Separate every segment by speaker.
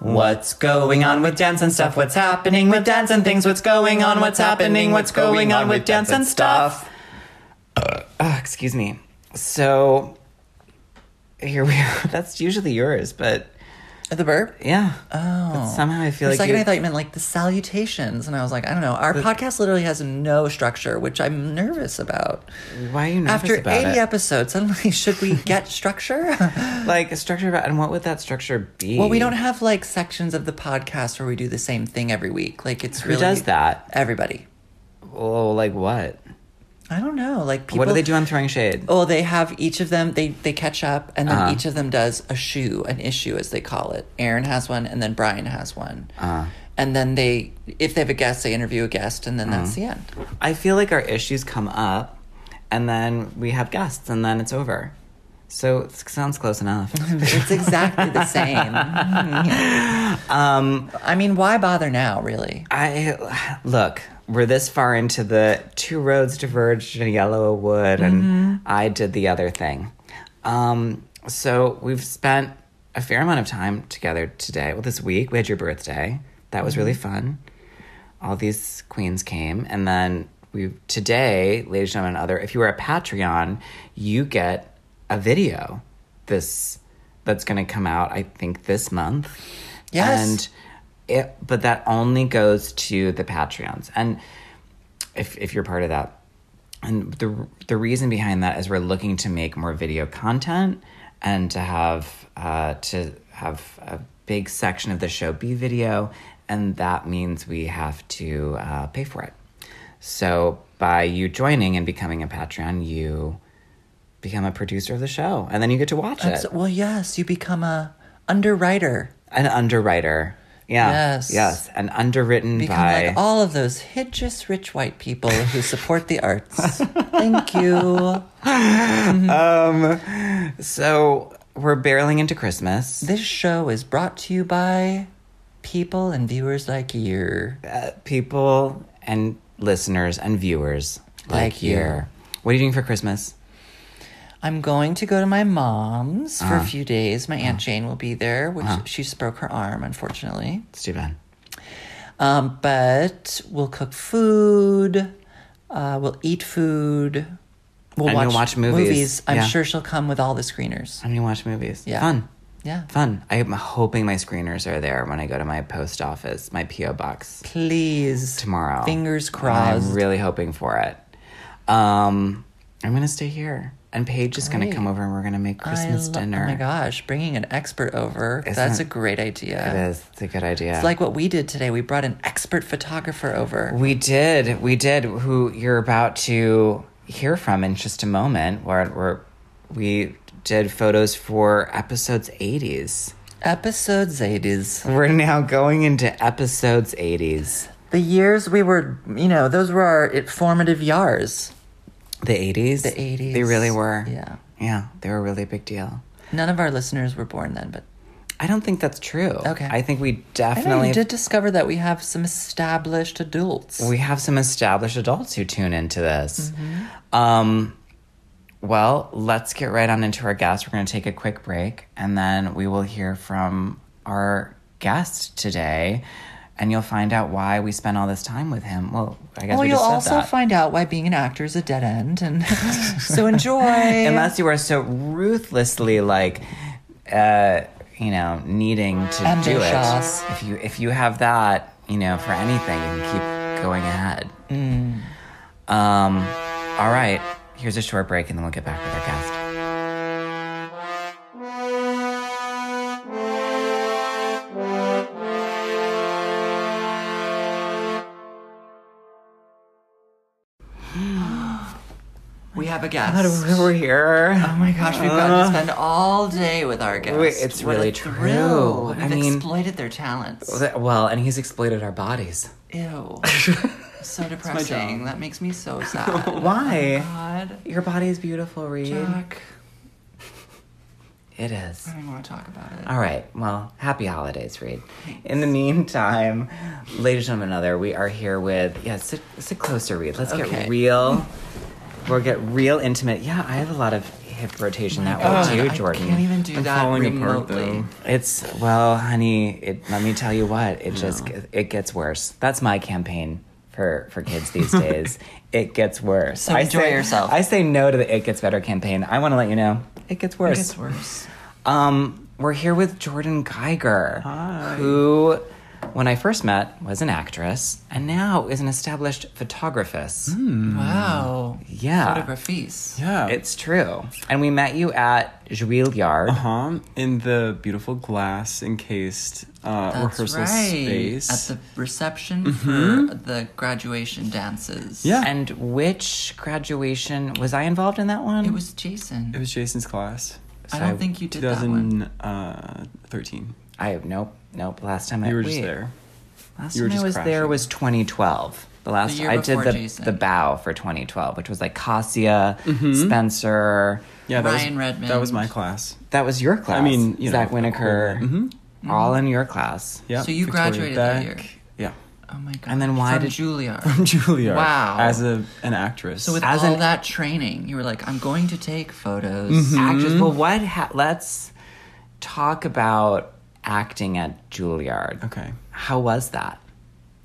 Speaker 1: What's going on with dance and stuff? What's happening with dance and things? What's going on? What's happening? What's going on with dance and stuff? Uh, excuse me. So here we are. That's usually yours, but
Speaker 2: The burp?
Speaker 1: yeah.
Speaker 2: Oh.
Speaker 1: But somehow I feel
Speaker 2: For a
Speaker 1: like
Speaker 2: second
Speaker 1: you-
Speaker 2: I thought you meant like the salutations, and I was like, I don't know. Our podcast literally has no structure, which I'm nervous about.
Speaker 1: why are you nervous
Speaker 2: After 80
Speaker 1: about it?
Speaker 2: episodes, suddenly should we get structure?
Speaker 1: Like a structure about, and what would that structure be?
Speaker 2: well, we don't have like sections of the podcast where we do the same thing every week. Like it's
Speaker 1: Who
Speaker 2: really
Speaker 1: does that?
Speaker 2: Everybody.
Speaker 1: Oh, like what?
Speaker 2: I don't know. Like people.
Speaker 1: what do they do on throwing shade?
Speaker 2: Well, they have each of them. They they catch up, and then
Speaker 1: Uh-huh.
Speaker 2: each of them does a shoe, an issue as they call it. Aaron has one, and then Brian has one.
Speaker 1: Uh-huh.
Speaker 2: And then they, if they have a guest, they interview a guest, and then that's the
Speaker 1: Uh-huh.
Speaker 2: end.
Speaker 1: I feel like our issues come up, and then we have guests, and then it's over. So it sounds close enough.
Speaker 2: It's exactly the same.
Speaker 1: Um,
Speaker 2: I mean, why bother now, really?
Speaker 1: I look. We're this far into the two roads diverged in yellow wood, and I did the other thing. Um, so we've spent a fair amount of time together today. Well, this week we had your birthday. That was really fun. All these queens came, and then we today, ladies and gentlemen, other. If you are a Patreon, you get a video. This that's going to come out, I think, this month.
Speaker 2: Yes.
Speaker 1: And it, but that only goes to the Patreons, and if if you're part of that, and the the reason behind that is we're looking to make more video content and to have uh, to have a big section of the show be video, and that means we have to uh, pay for it. So by you joining and becoming a Patreon, you become a producer of the show, and then you get to watch
Speaker 2: That's-
Speaker 1: it.
Speaker 2: well, yes, you become a underwriter.
Speaker 1: An underwriter. Yeah.
Speaker 2: Yes.
Speaker 1: Yes. And underwritten
Speaker 2: Become
Speaker 1: by
Speaker 2: like all of those hideous rich white people who support the arts. Thank you.
Speaker 1: So we're barreling into Christmas.
Speaker 2: This show is brought to you by people and viewers like you.
Speaker 1: Uh, people and listeners and viewers like,
Speaker 2: Like you.
Speaker 1: you. What are you doing for Christmas?
Speaker 2: I'm going to go to my mom's
Speaker 1: Uh-huh.
Speaker 2: for a few days. My Aunt Jane will be there, which she just broke her arm, unfortunately.
Speaker 1: It's too bad.
Speaker 2: Um, but we'll cook food. Uh, we'll eat food. We'll
Speaker 1: And you'll watch movies.
Speaker 2: I'm
Speaker 1: Yeah.
Speaker 2: sure she'll come with all the screeners.
Speaker 1: I'm gonna watch movies.
Speaker 2: Yeah.
Speaker 1: Fun.
Speaker 2: Yeah.
Speaker 1: Fun. I'm hoping my screeners are there when I go to my post office, my PO box
Speaker 2: Please.
Speaker 1: tomorrow.
Speaker 2: Fingers
Speaker 1: I'm
Speaker 2: crossed.
Speaker 1: really hoping for it. Um, I'm gonna stay here, and Paige is gonna
Speaker 2: Great.
Speaker 1: come over, and we're gonna make
Speaker 2: I
Speaker 1: Christmas
Speaker 2: lo-
Speaker 1: dinner.
Speaker 2: Oh my gosh, bringing an expert over.
Speaker 1: Isn't
Speaker 2: that's
Speaker 1: it-
Speaker 2: a great idea.
Speaker 1: It is. It's a good idea.
Speaker 2: It's like what we did today. We brought an expert photographer over.
Speaker 1: We did. We did. Who you're about to hear from in just a moment. Where where we did photos for episodes 80s.
Speaker 2: Episodes 80s.
Speaker 1: We're now going into episodes 80s.
Speaker 2: The years we were, you know, those were our formative years.
Speaker 1: The 80s.
Speaker 2: The 80s.
Speaker 1: They really were.
Speaker 2: Yeah.
Speaker 1: Yeah. They were really a big deal.
Speaker 2: None of our listeners were born then, but
Speaker 1: I don't think that's true.
Speaker 2: Okay.
Speaker 1: I think we
Speaker 2: I know
Speaker 1: definitely
Speaker 2: you did discover that we have some established adults.
Speaker 1: we have some established adults who tune into this.
Speaker 2: Mm-hmm.
Speaker 1: Um, well, let's get right on into our guest. We're going to take a quick break and then we will hear from our guest today. And you'll find out why we spent all this time with him. Well, I guess
Speaker 2: well,
Speaker 1: we
Speaker 2: you'll
Speaker 1: just said
Speaker 2: also
Speaker 1: that.
Speaker 2: find out why being an actor is a dead end, and so enjoy.
Speaker 1: Unless you are so ruthlessly like, uh, you know, needing to do
Speaker 2: Ambitious.
Speaker 1: it. If you if you have that, you know, for anything, you can keep going ahead.
Speaker 2: Mm.
Speaker 1: Um, all right. Here's a short break, and then we'll get back with our guest.
Speaker 2: we have a guest.
Speaker 1: We're here.
Speaker 2: Oh my gosh, we've gotten to spend all day with our guest.
Speaker 1: Uh-huh. Wait, it's
Speaker 2: What a
Speaker 1: really true.
Speaker 2: thrill. We've
Speaker 1: I mean-
Speaker 2: exploited their talents.
Speaker 1: Well, and he's exploited our bodies.
Speaker 2: Ew. so depressing. That makes me so sad.
Speaker 1: Why?
Speaker 2: Oh God.
Speaker 1: Your body is beautiful, Reed.
Speaker 2: Jack.
Speaker 1: It is.
Speaker 2: I don't want to talk about it.
Speaker 1: All right. Well, happy holidays, Reed. In the meantime, ladies and gentlemen, other, we are here with yeah. Sit, sit closer, Reed. Let's
Speaker 2: Okay.
Speaker 1: get real. We'll get real intimate. Yeah, I have a lot of hip rotation that way too, Jordan.
Speaker 2: I can't even do
Speaker 3: I'm
Speaker 2: that
Speaker 3: falling apart,
Speaker 2: remotely.
Speaker 3: though.
Speaker 1: It's well, honey. It, let me tell you what. It just it gets worse. That's my campaign for for kids these days. it gets worse.
Speaker 2: So enjoy
Speaker 1: say,
Speaker 2: yourself.
Speaker 1: I say no to the it gets better campaign. I want to let you know it gets worse.
Speaker 2: It's worse.
Speaker 1: Um, we're here with Jordan Geiger,
Speaker 3: Hi.
Speaker 1: who, when I first met, was an actress and now is an established photographist.
Speaker 3: Hmm.
Speaker 2: Wow.
Speaker 1: Mm. Yeah.
Speaker 2: Photographies.
Speaker 3: Yeah.
Speaker 1: It's true. And we met you at Juilliard.
Speaker 3: huh uh-huh, in the beautiful glass encased uh,
Speaker 2: That's
Speaker 3: rehearsal
Speaker 2: right.
Speaker 3: space.
Speaker 2: At the reception
Speaker 1: Mm-hmm.
Speaker 2: for the graduation dances.
Speaker 3: Yeah.
Speaker 1: And which graduation was I involved in that one?
Speaker 2: It was Jason.
Speaker 3: it was Jason's class,
Speaker 2: I don't
Speaker 1: so
Speaker 2: think you did that one.
Speaker 3: 2013.
Speaker 1: I nope nope. Last time I
Speaker 3: You were just
Speaker 1: wait.
Speaker 3: there.
Speaker 1: Last
Speaker 3: You were
Speaker 1: time I
Speaker 3: just
Speaker 1: was there
Speaker 3: crashing.
Speaker 1: was 2012. The last
Speaker 2: year
Speaker 1: I did
Speaker 2: before
Speaker 1: the
Speaker 2: Jason.
Speaker 1: the bow for 2012, which was like Cassia,
Speaker 3: Mm-hmm.
Speaker 1: Spencer.
Speaker 3: Yeah, that
Speaker 2: Ryan
Speaker 3: was,
Speaker 2: Redmond.
Speaker 3: That was my class.
Speaker 1: That was your class.
Speaker 3: mean, you know,
Speaker 1: Zach
Speaker 3: of course.
Speaker 1: Winokur. Mm-hmm. All in your class.
Speaker 3: Yeah.
Speaker 2: So you graduated that year.
Speaker 3: Yeah.
Speaker 2: Oh my god.
Speaker 1: And then why
Speaker 2: From
Speaker 1: did-
Speaker 2: Juilliard?
Speaker 3: From Juilliard.
Speaker 2: Wow.
Speaker 3: As a, an actress.
Speaker 2: so with
Speaker 1: As
Speaker 2: all
Speaker 1: an- Mm-hmm.
Speaker 2: that training, you were like, I'm going to take photos.
Speaker 1: Actress.
Speaker 3: Mm-hmm.
Speaker 1: Well, what? Ha- let's talk about acting at Juilliard.
Speaker 3: okay.
Speaker 1: How was that?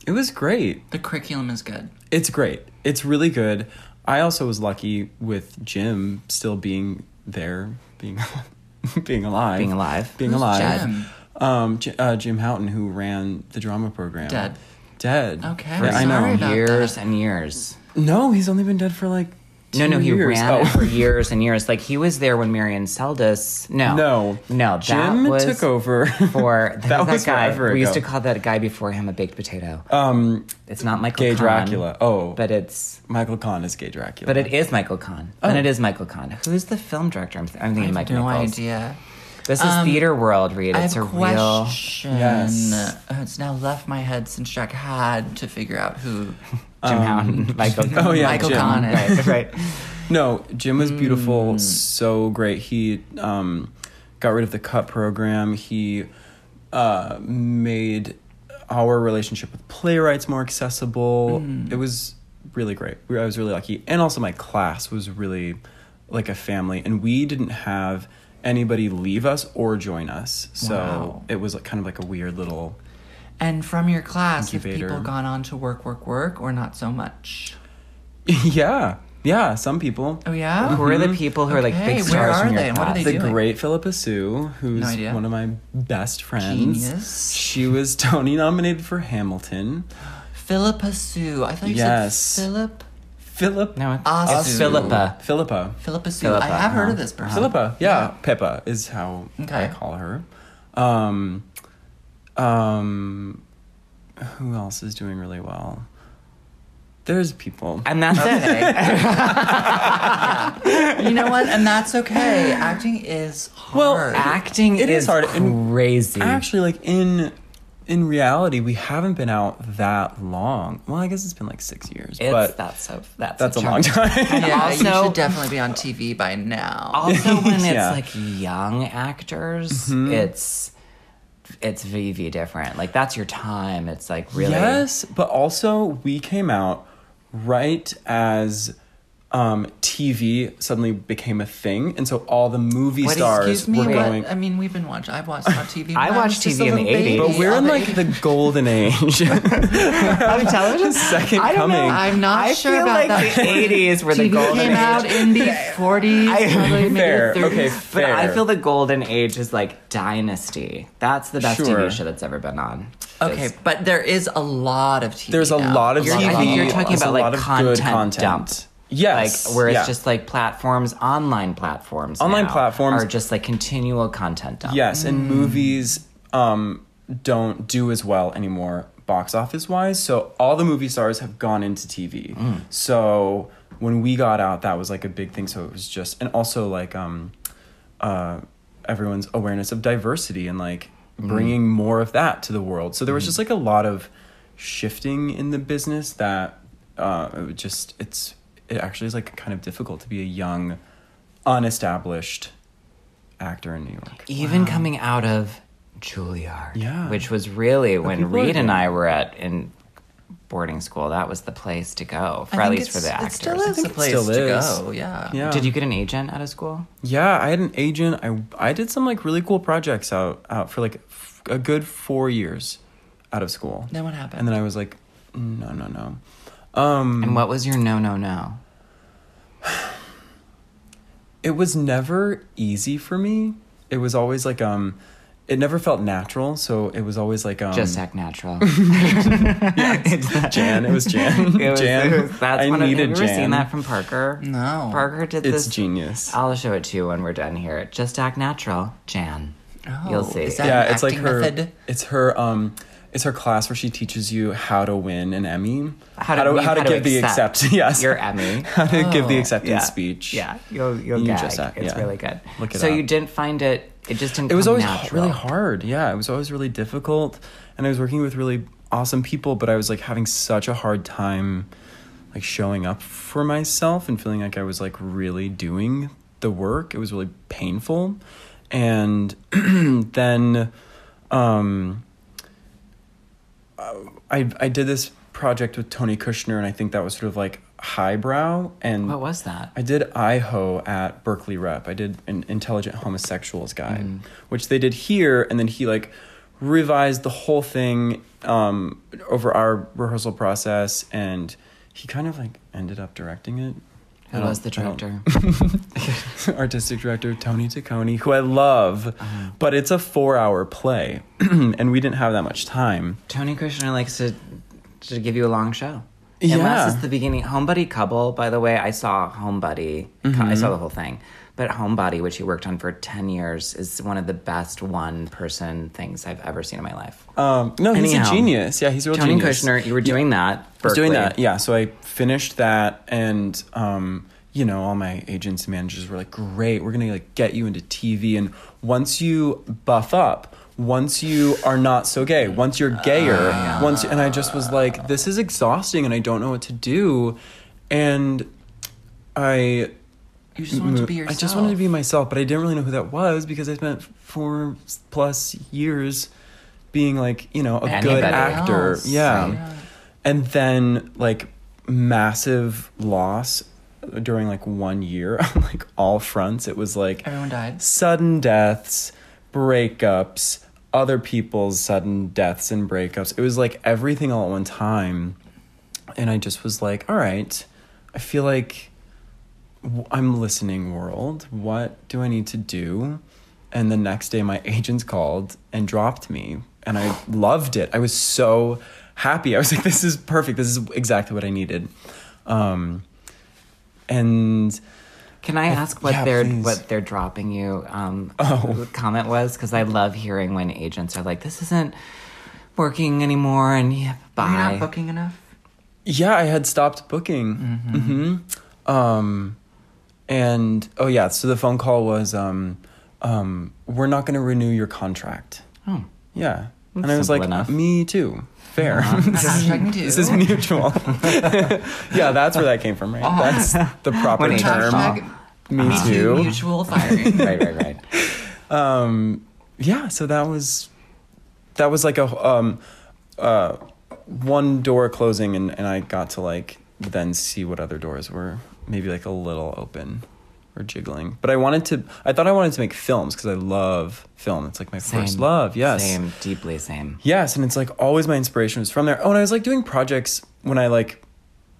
Speaker 3: It was great.
Speaker 2: The curriculum is good.
Speaker 3: It's great. It's really good. I also was lucky with Jim still being there, being being alive,
Speaker 1: Being alive.
Speaker 3: being
Speaker 2: Who's
Speaker 3: alive.
Speaker 2: Jim?
Speaker 3: Um, J- uh, Jim Houghton, who ran the drama program,
Speaker 2: Dead.
Speaker 3: dead.
Speaker 2: Okay,
Speaker 3: Yeah, I
Speaker 2: sorry
Speaker 3: know.
Speaker 2: about
Speaker 1: years
Speaker 2: that.
Speaker 1: and years.
Speaker 3: No, he's only been dead for like two
Speaker 1: no, no, he
Speaker 3: years.
Speaker 1: ran it
Speaker 3: Oh.
Speaker 1: for years and years. Like he was there when Marion Seldes. No,
Speaker 3: No,
Speaker 1: no. That
Speaker 3: Jim
Speaker 1: was
Speaker 3: took over
Speaker 1: for
Speaker 3: that was
Speaker 1: guy.
Speaker 3: forever
Speaker 1: We used to
Speaker 3: ago.
Speaker 1: call that guy before him a baked potato.
Speaker 3: um
Speaker 1: it's not Michael.
Speaker 3: Gay
Speaker 1: Kahn,
Speaker 3: Dracula. Oh,
Speaker 1: but it's
Speaker 3: Michael Kahn is gay Dracula.
Speaker 1: but it is Michael Kahn. And it is Michael Kahn. Who's the film director? I'm, th- I'm thinking
Speaker 2: Oh. I
Speaker 1: Mike
Speaker 2: have no
Speaker 1: Nichols.
Speaker 2: idea.
Speaker 1: This is
Speaker 2: Um,
Speaker 1: theater world, Reed.
Speaker 2: I
Speaker 1: It's
Speaker 2: have
Speaker 1: a
Speaker 2: a
Speaker 1: real.
Speaker 2: question.
Speaker 3: Yes.
Speaker 2: Oh, it's now left my head since Jack had to figure out who
Speaker 1: Jim
Speaker 2: Um,
Speaker 1: Houghton, Michael.
Speaker 3: Oh, yeah,
Speaker 2: Michael
Speaker 3: Jim.
Speaker 2: Kahn is.
Speaker 1: right, right.
Speaker 3: No, Jim was beautiful, so great. He um, got rid of the cut program. He uh, made our relationship with playwrights more accessible. It was really great. We- I was really lucky, and also my class was really like a family, and we didn't have anybody leave us or join us. So
Speaker 2: Wow.
Speaker 3: it was like, kind of like a weird little.
Speaker 2: And from your class, have
Speaker 3: Incubator.
Speaker 2: people gone on to work, work, work, or not so much?
Speaker 3: yeah, yeah. Some people.
Speaker 2: Oh yeah.
Speaker 1: Who are the people who are like
Speaker 2: Okay,
Speaker 1: big
Speaker 2: where
Speaker 1: stars
Speaker 2: are
Speaker 1: from your
Speaker 2: they and what do
Speaker 1: class?
Speaker 2: they
Speaker 3: the
Speaker 2: doing?
Speaker 3: great Philippa Sue, who's
Speaker 2: No idea.
Speaker 3: one of my best friends.
Speaker 2: Genius.
Speaker 3: She was Tony nominated for Hamilton.
Speaker 2: Philippa Sue. I thought you
Speaker 3: Yes.
Speaker 2: said Philip.
Speaker 3: Philip. uh,
Speaker 1: No, it's,
Speaker 2: Asu.
Speaker 1: it's Philippa.
Speaker 3: Philippa.
Speaker 2: Philippa Sue.
Speaker 1: Philippa,
Speaker 2: I have heard
Speaker 1: huh.
Speaker 2: of this person.
Speaker 3: Philippa. Yeah. Pippa is how
Speaker 2: Uh-huh. Okay.
Speaker 3: I call her. Um, um, who else is doing really well? There's people.
Speaker 1: And that's it.
Speaker 2: You know what? And that's okay. Acting is hard.
Speaker 3: Well,
Speaker 1: Acting
Speaker 3: It is
Speaker 1: is
Speaker 3: hard, and
Speaker 1: crazy.
Speaker 3: Actually, like in in reality, we haven't been out that long. Well, I guess it's been like six years,
Speaker 1: It's
Speaker 3: but
Speaker 1: that's so that's,
Speaker 3: that's a long time.
Speaker 2: yeah, you
Speaker 1: also-
Speaker 2: should definitely be on TV by now.
Speaker 1: Also, when it's
Speaker 3: Yeah.
Speaker 1: like young actors,
Speaker 2: Mm-hmm.
Speaker 1: it's it's VV different. Like that's your time. It's like really
Speaker 3: Yes, but also we came out right as um, TV suddenly became a thing, and so all the movie
Speaker 1: What,
Speaker 3: stars
Speaker 2: Excuse me.
Speaker 3: were
Speaker 2: what-
Speaker 3: going.
Speaker 2: I mean, we've been watching. I've watched on TV.
Speaker 1: I
Speaker 2: when was
Speaker 1: watched
Speaker 2: just
Speaker 1: TV
Speaker 2: a
Speaker 1: in the
Speaker 2: little
Speaker 1: 80s.
Speaker 2: baby.
Speaker 3: but we're in
Speaker 2: Other-
Speaker 3: like the golden age.
Speaker 1: of television.
Speaker 3: Second
Speaker 1: I don't know.
Speaker 3: coming.
Speaker 2: I'm not
Speaker 1: I
Speaker 2: sure
Speaker 1: feel
Speaker 2: about
Speaker 1: like
Speaker 2: that.
Speaker 1: the '80s were the
Speaker 2: TV
Speaker 1: golden
Speaker 2: came
Speaker 1: age.
Speaker 2: out in the 40s, probably maybe
Speaker 3: Fair,
Speaker 2: the 30s.
Speaker 3: okay,
Speaker 1: but
Speaker 3: fair.
Speaker 1: I feel the golden age is like Dynasty. That's the best
Speaker 3: Sure.
Speaker 1: TV show that's ever been on.
Speaker 2: Okay,
Speaker 1: It's-
Speaker 2: but there is a lot of TV.
Speaker 3: There's a
Speaker 2: now.
Speaker 3: lot of
Speaker 1: You're-
Speaker 3: TV.
Speaker 1: I think you're talking
Speaker 3: There's a
Speaker 1: about like
Speaker 3: lot of good
Speaker 1: content, dump.
Speaker 3: Yes,
Speaker 1: like where it's
Speaker 3: yeah.
Speaker 1: just like platforms, online platforms,
Speaker 3: Online
Speaker 1: now
Speaker 3: platforms-
Speaker 1: are just like continual content dump.
Speaker 3: Yes, and movies um, don't do as well anymore box office wise. So all the movie stars have gone into TV. So when we got out, that was like a big thing. So it was just, and also like um, uh, everyone's awareness of diversity and like bringing more of that to the world. So there was just like a lot of shifting in the business that uh, it would just, it's, it actually is like kind of difficult to be a young, unestablished actor in New York.
Speaker 1: even coming out of Juilliard,
Speaker 3: Yeah.
Speaker 1: which was really when
Speaker 3: people are
Speaker 1: Reed and
Speaker 3: doing-
Speaker 1: I were at in boarding school, that was the place to go, for
Speaker 2: I
Speaker 1: at
Speaker 2: think
Speaker 1: least for
Speaker 2: it's-
Speaker 1: the actors.
Speaker 2: It still is
Speaker 3: think
Speaker 2: the
Speaker 3: it
Speaker 2: place
Speaker 3: still
Speaker 2: to
Speaker 3: is.
Speaker 2: go. Yeah.
Speaker 3: Yeah.
Speaker 1: Did you get an agent out of school?
Speaker 3: Yeah, I had an agent. I I did some like really cool projects out out for like f- a good four years out of school.
Speaker 2: Then what happened?
Speaker 3: And then I was like, no, no, no. Um, Mm.
Speaker 1: And what was your no, no, no?
Speaker 3: It was never easy for me. It was always like um, it never felt natural. So it was always like um,
Speaker 1: Just act natural.
Speaker 3: Jan. It was Jan.
Speaker 1: It was-
Speaker 3: Jan.
Speaker 1: it was- that's
Speaker 3: I
Speaker 1: one of, have
Speaker 3: needed
Speaker 1: you
Speaker 3: Jan.
Speaker 1: ever seen that from Parker?
Speaker 2: No.
Speaker 1: Parker did
Speaker 3: It's
Speaker 1: this.
Speaker 3: genius.
Speaker 1: I'll show it to you when we're done here. Just act natural, Jan. You'll
Speaker 2: Oh,
Speaker 1: see.
Speaker 2: is that-
Speaker 3: yeah,
Speaker 2: an
Speaker 3: it's like
Speaker 2: acting
Speaker 3: her.
Speaker 2: method?
Speaker 3: It's her. Um, it's her class where she teaches you how to win an Emmy.
Speaker 1: How to-
Speaker 3: how to
Speaker 1: how to
Speaker 3: give the
Speaker 1: accept
Speaker 3: accept. Yes.
Speaker 1: your Emmy.
Speaker 3: How to give the
Speaker 2: Oh.
Speaker 3: acceptance
Speaker 1: yeah.
Speaker 3: speech.
Speaker 1: Yeah, you'll you'll
Speaker 3: You
Speaker 1: gag.
Speaker 3: just act-
Speaker 1: it's
Speaker 3: yeah.
Speaker 1: really good.
Speaker 3: Look it
Speaker 1: so
Speaker 3: up.
Speaker 1: you didn't find it. It just didn't.
Speaker 3: It was
Speaker 1: come
Speaker 3: always h-
Speaker 1: natural.
Speaker 3: really hard. Yeah, it was always really difficult, and I was working with really awesome people, but I was like having such a hard time, like showing up for myself and feeling like I was like really doing the work. It was really painful, and then, um, I I did this project with Tony Kushner, and I think that was sort of like highbrow and
Speaker 1: What was that?
Speaker 3: I did IHO at Berkeley Rep. I did an intelligent homosexuals guide,
Speaker 1: Mm.
Speaker 3: which they did here, and then he like revised the whole thing um, over our rehearsal process, and he kind of like ended up directing it.
Speaker 1: Who
Speaker 3: I don't-
Speaker 1: was the
Speaker 3: I don't-
Speaker 1: director?
Speaker 3: artistic director Tony Taccone, who I love,
Speaker 1: Uh-huh.
Speaker 3: but it's a four-hour play, and we didn't have that much time.
Speaker 1: Tony Kushner likes to to give you a long show.
Speaker 3: Yeah.
Speaker 1: Unless it's the beginning. Homebody Couple, by the way, I saw Homebody.
Speaker 3: Mm-hmm.
Speaker 1: I saw the whole thing. But Homebody, which he worked on for 10 years, is one of the best one person things I've ever seen in my life.
Speaker 3: Um, no, he's
Speaker 1: Anyhow,
Speaker 3: a genius. Yeah, he's a real
Speaker 1: Tony
Speaker 3: genius.
Speaker 1: Kushner, you were doing that.
Speaker 3: I was doing
Speaker 1: Berkeley.
Speaker 3: that. Yeah. So I finished that and um, you know, all my agents and managers were like, Great, we're gonna like get you into TV and once you buff up, once you are not so gay, once you're gayer, once and I just was like, This is exhausting and I don't know what to do and I Mm-hmm.
Speaker 2: You just wanted to be
Speaker 3: I
Speaker 2: yourself.
Speaker 3: just wanted to be myself, but I didn't really know who that was because I spent four plus years being like, you know, a
Speaker 1: Anybody
Speaker 3: good actor.
Speaker 2: else,
Speaker 3: Yeah.
Speaker 2: yeah.
Speaker 3: And then like massive loss during like one year on like all fronts. It was like
Speaker 2: Everyone died.
Speaker 3: sudden deaths, breakups, other people's sudden deaths and breakups. It was like everything all at one time. And I just was like, all right, I feel like w- I'm listening, world. What do I need to do? And the next day, my agents called and dropped me. And I loved it. I was so happy. I was like, this is perfect. This is exactly what I needed. Um, and
Speaker 1: Can I ask what
Speaker 3: yeah,
Speaker 1: they're
Speaker 3: please.
Speaker 1: what they're dropping you um oh. comment was because I love hearing when agents are like this isn't working anymore and yeah, bye.
Speaker 2: Are you not booking enough?
Speaker 3: Yeah, I had stopped booking. Mm-hmm. Um, and oh yeah, so the phone call was, um, um, we're not going to renew your contract.
Speaker 1: Oh.
Speaker 3: Yeah, and I
Speaker 1: That's
Speaker 3: was
Speaker 1: simple
Speaker 3: like,
Speaker 1: enough.
Speaker 3: me too. Fair.
Speaker 2: Uh-huh.
Speaker 3: this, is,
Speaker 2: Hashtag me too.
Speaker 3: this is mutual. yeah, that's where that came from, right? That's the proper
Speaker 1: When
Speaker 3: term.
Speaker 1: agents
Speaker 2: Hashtag
Speaker 3: Me
Speaker 2: me too.
Speaker 3: too.
Speaker 2: Mutual firing.
Speaker 1: right, right, right.
Speaker 3: um yeah so that was that was like a um uh one door closing and and i got to like then see what other doors were maybe like a little open or jiggling but i wanted to i thought i wanted to make films because i love film it's like my first love yes
Speaker 1: Same, deeply same.
Speaker 3: Yes, and it's like always my inspiration was from there. Oh, and I was like doing projects when I like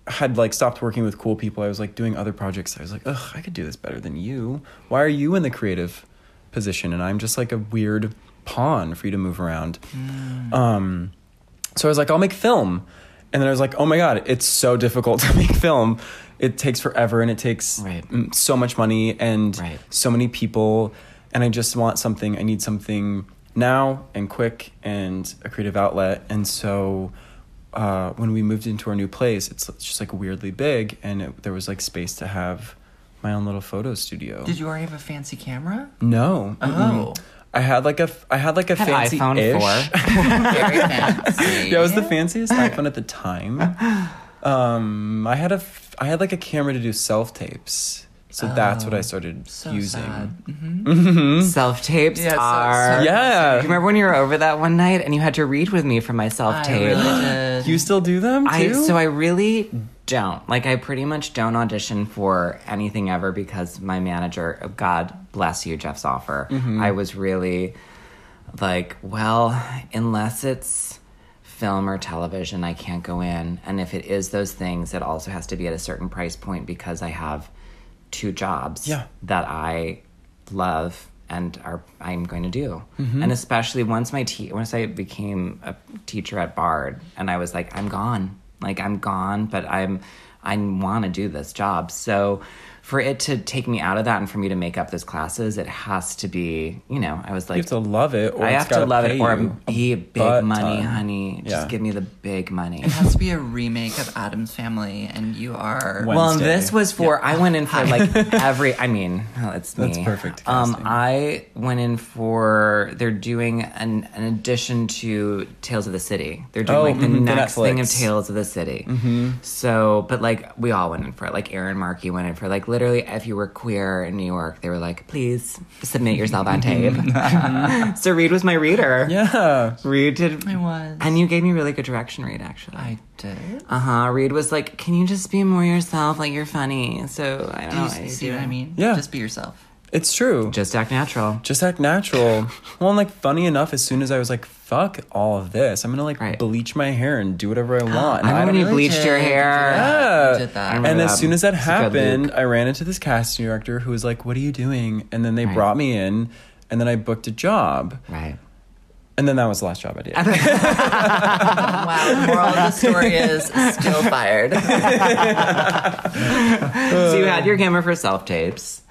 Speaker 3: had like stopped working with cool people. I was like doing other projects. I was like, ugh, I could do this better than you. Why are you in the creative position and I'm just like a weird pawn for you to move around?
Speaker 1: Mm.
Speaker 3: Um, so I was like, I'll make film, and then I was like, oh my god, it's so difficult to make film. It takes forever and it takes
Speaker 1: Right.
Speaker 3: m- so much money and
Speaker 1: Right.
Speaker 3: so many people and i just want something i need something now and quick and a creative outlet and so uh, when we moved into our new place it's, it's just like weirdly big and it, there was like space to have my own little photo studio
Speaker 2: Did you already have a fancy camera?
Speaker 3: no mm-mm.
Speaker 2: Oh.
Speaker 3: i had like a f- i had like a
Speaker 1: Had
Speaker 3: fancy
Speaker 1: iPhone
Speaker 3: ish.
Speaker 1: four.
Speaker 2: Very fancy.
Speaker 3: yeah it was the fanciest iphone at the time um, i had a f- i had like a camera to do self tapes So that's what I started
Speaker 2: So
Speaker 3: using.
Speaker 2: sad.
Speaker 1: Self tapes
Speaker 2: Yeah, so-
Speaker 1: are.
Speaker 2: so-
Speaker 1: Do you
Speaker 3: Hmm? Yeah.
Speaker 1: remember when you were over that one night and you had to read with me for my self
Speaker 2: I
Speaker 1: tape?
Speaker 2: really did.
Speaker 3: You still do them too?
Speaker 1: I so I really don't. Like I pretty much don't audition for anything ever because my manager, oh, God bless you, Jeff Soffer,
Speaker 3: Mm-hmm.
Speaker 1: I was really like, well, unless it's film or television, I can't go in. And if it is those things, it also has to be at a certain price point because I have two jobs
Speaker 3: Yeah.
Speaker 1: that I love and are I'm going to do.
Speaker 3: Mm-hmm.
Speaker 1: And especially once my te- once I became a teacher at Bard and I was like I'm gone. Like I'm gone, but I'm I want to do this job. So for it to take me out of that and for me to make up those classes, it has to be, you know, I was
Speaker 3: you
Speaker 1: like
Speaker 3: have to love it. Or
Speaker 1: I
Speaker 3: it's
Speaker 1: have to
Speaker 3: gotta
Speaker 1: love
Speaker 3: pay
Speaker 1: it or
Speaker 3: you.
Speaker 1: be big
Speaker 3: butt
Speaker 1: money,
Speaker 3: ton.
Speaker 1: honey.
Speaker 3: Yeah.
Speaker 1: Just give me the big money.
Speaker 2: It has to be a remake of Adam's Family, and you are.
Speaker 3: Well,
Speaker 1: Well, and
Speaker 3: Wednesday.
Speaker 1: this was for I went in for like every. I mean, oh, it's me.
Speaker 3: That's perfect
Speaker 1: Um,
Speaker 3: casting.
Speaker 1: I went in for they're doing an an addition to Tales of the City. They're doing
Speaker 3: Oh,
Speaker 1: like the
Speaker 3: mhm, the
Speaker 1: next thing of
Speaker 3: Netflix.
Speaker 1: Tales of the City. Mm-hmm. So, but like we all went in for it. Like Aaron Markey went in for it. like literally if you were queer in New York, they were like, please submit yourself on tape. so Reed was my reader.
Speaker 3: Yeah.
Speaker 1: Reed did.
Speaker 2: I was.
Speaker 1: And you gave me really good direction, Reed. Actually,
Speaker 2: I did.
Speaker 1: uh huh. Reed was like, "Can you just be more yourself? Like you're funny." So I don't
Speaker 2: Do
Speaker 1: know.
Speaker 2: you see what I mean?
Speaker 3: Yeah.
Speaker 2: Just be yourself.
Speaker 3: It's true.
Speaker 1: Just act natural.
Speaker 3: just act natural. well, and like funny enough, as soon as I was like, fuck all of this, I'm gonna like
Speaker 1: Right.
Speaker 3: bleach my hair and do whatever I want.
Speaker 1: I remember
Speaker 3: I
Speaker 1: when
Speaker 3: don't
Speaker 1: you
Speaker 3: really-
Speaker 1: bleached your hair.
Speaker 3: Yeah.
Speaker 2: You did that.
Speaker 1: I remember
Speaker 3: and as
Speaker 1: that.
Speaker 3: soon as that
Speaker 1: It's a good
Speaker 3: happened, I ran into this casting director who was like, "What are you doing?" And then they brought me in, and then I booked a job,
Speaker 1: Right.
Speaker 3: and then that was the last job I did.
Speaker 2: wow. The moral of the story is still fired.
Speaker 1: so you had your camera for self tapes.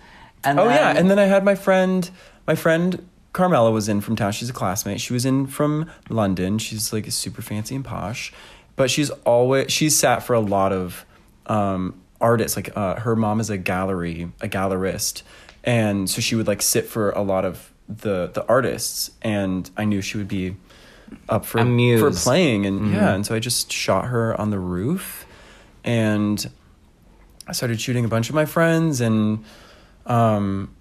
Speaker 1: And
Speaker 3: Oh
Speaker 1: then,
Speaker 3: yeah, and then I had my friend. My friend Carmela was in from town. She's a classmate. She was in from London. She's like super fancy and posh, but she's always she's sat for a lot of um, artists. Like uh, her mom is a gallery a gallerist, and so she would like sit for a lot of the the artists. And I knew she would be up for
Speaker 1: Amused. Mm-hmm.
Speaker 3: for playing, and yeah, and so I just shot her on the roof, and I started shooting a bunch of my friends and um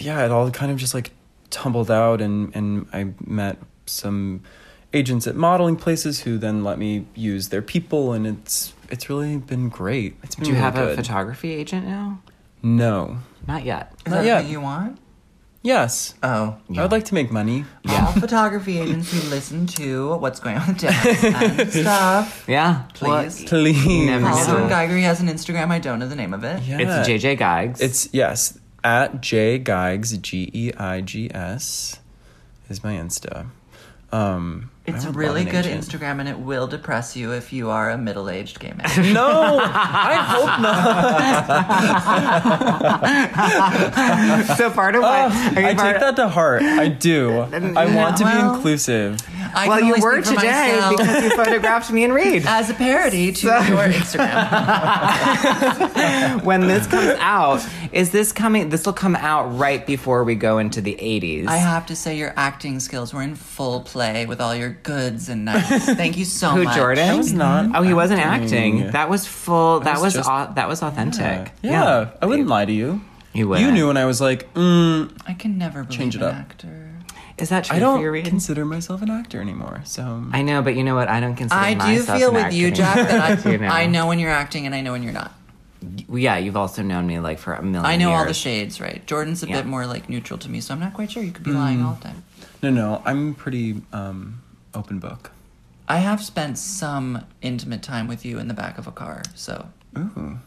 Speaker 3: yeah, it all kind of just like tumbled out and and I met some agents at modeling places who then let me use their people and it's it's really been great. It's been
Speaker 1: do you
Speaker 3: really
Speaker 1: have a
Speaker 3: Mm, good.
Speaker 1: photography agent now?
Speaker 3: No.
Speaker 1: Not yet.
Speaker 2: Is
Speaker 3: Not
Speaker 2: that
Speaker 3: yet.
Speaker 2: what you want?
Speaker 3: Yes.
Speaker 2: Oh.
Speaker 3: I would like to make money.
Speaker 2: All photography agents who listen to what's going on with Dennis and stuff.
Speaker 1: Yeah.
Speaker 2: Please.
Speaker 1: Well,
Speaker 3: Please.
Speaker 1: Never
Speaker 2: Paul
Speaker 1: know.
Speaker 2: Jordan Geiger he has an Instagram. I don't know the name of it.
Speaker 3: Yeah.
Speaker 1: it's JJ Geigs.
Speaker 3: It's yes. At J Geigs G E I G S is my Insta. Um
Speaker 2: It's
Speaker 3: I
Speaker 2: a
Speaker 3: would love
Speaker 2: really
Speaker 3: an
Speaker 2: good
Speaker 3: agent.
Speaker 2: Instagram, and it will depress you if you are a middle-aged gay man.
Speaker 3: No, I hope not.
Speaker 1: so part of what
Speaker 3: Oh, Uh, I take that to heart. I do. I want to
Speaker 2: Well-
Speaker 3: be inclusive.
Speaker 2: I
Speaker 1: Well,
Speaker 2: can
Speaker 1: you
Speaker 2: only
Speaker 1: were
Speaker 2: speak for
Speaker 1: today
Speaker 2: myself
Speaker 1: because you photographed me and Reed.
Speaker 2: as a parody to your Instagram.
Speaker 1: when this comes out, is this coming? This will come out right before we go into the 80s.
Speaker 2: I have to say, your acting skills were in full play with all your goods and nights. Thank you so
Speaker 1: Who
Speaker 2: much.
Speaker 1: Jordan?
Speaker 3: That was not.
Speaker 1: Oh, he wasn't
Speaker 3: acting.
Speaker 1: acting. That was full. That was
Speaker 3: was just-
Speaker 1: au- that was authentic.
Speaker 3: Mm. Yeah, I wouldn't lie to you.
Speaker 1: You
Speaker 3: You
Speaker 1: wouldn't.
Speaker 3: knew when I was like, mm,
Speaker 2: I can never believe
Speaker 3: Change it
Speaker 2: an
Speaker 3: up.
Speaker 2: actor.
Speaker 1: Is that true
Speaker 3: I
Speaker 1: for you,
Speaker 3: don't
Speaker 1: Reed?
Speaker 3: consider myself an actor anymore. So
Speaker 1: I know, but you know what? I don't consider.
Speaker 2: I do
Speaker 1: myself
Speaker 2: feel
Speaker 1: an
Speaker 2: with you,
Speaker 1: actor
Speaker 2: Jack,
Speaker 1: anymore.
Speaker 2: that I,
Speaker 1: You know?
Speaker 2: I know when you're acting and I know when you're not.
Speaker 1: Well, Yeah, you've also known me like for a million.
Speaker 2: I know all the
Speaker 1: years.
Speaker 2: shades, right? Jordan's a
Speaker 1: Yeah. Mm.
Speaker 2: bit more like neutral to me, so I'm not quite sure. You could be lying all the time.
Speaker 3: no, no, I'm pretty um, open book.
Speaker 2: I have spent some intimate time with you in the back of a car, so Oh.
Speaker 3: Ooh.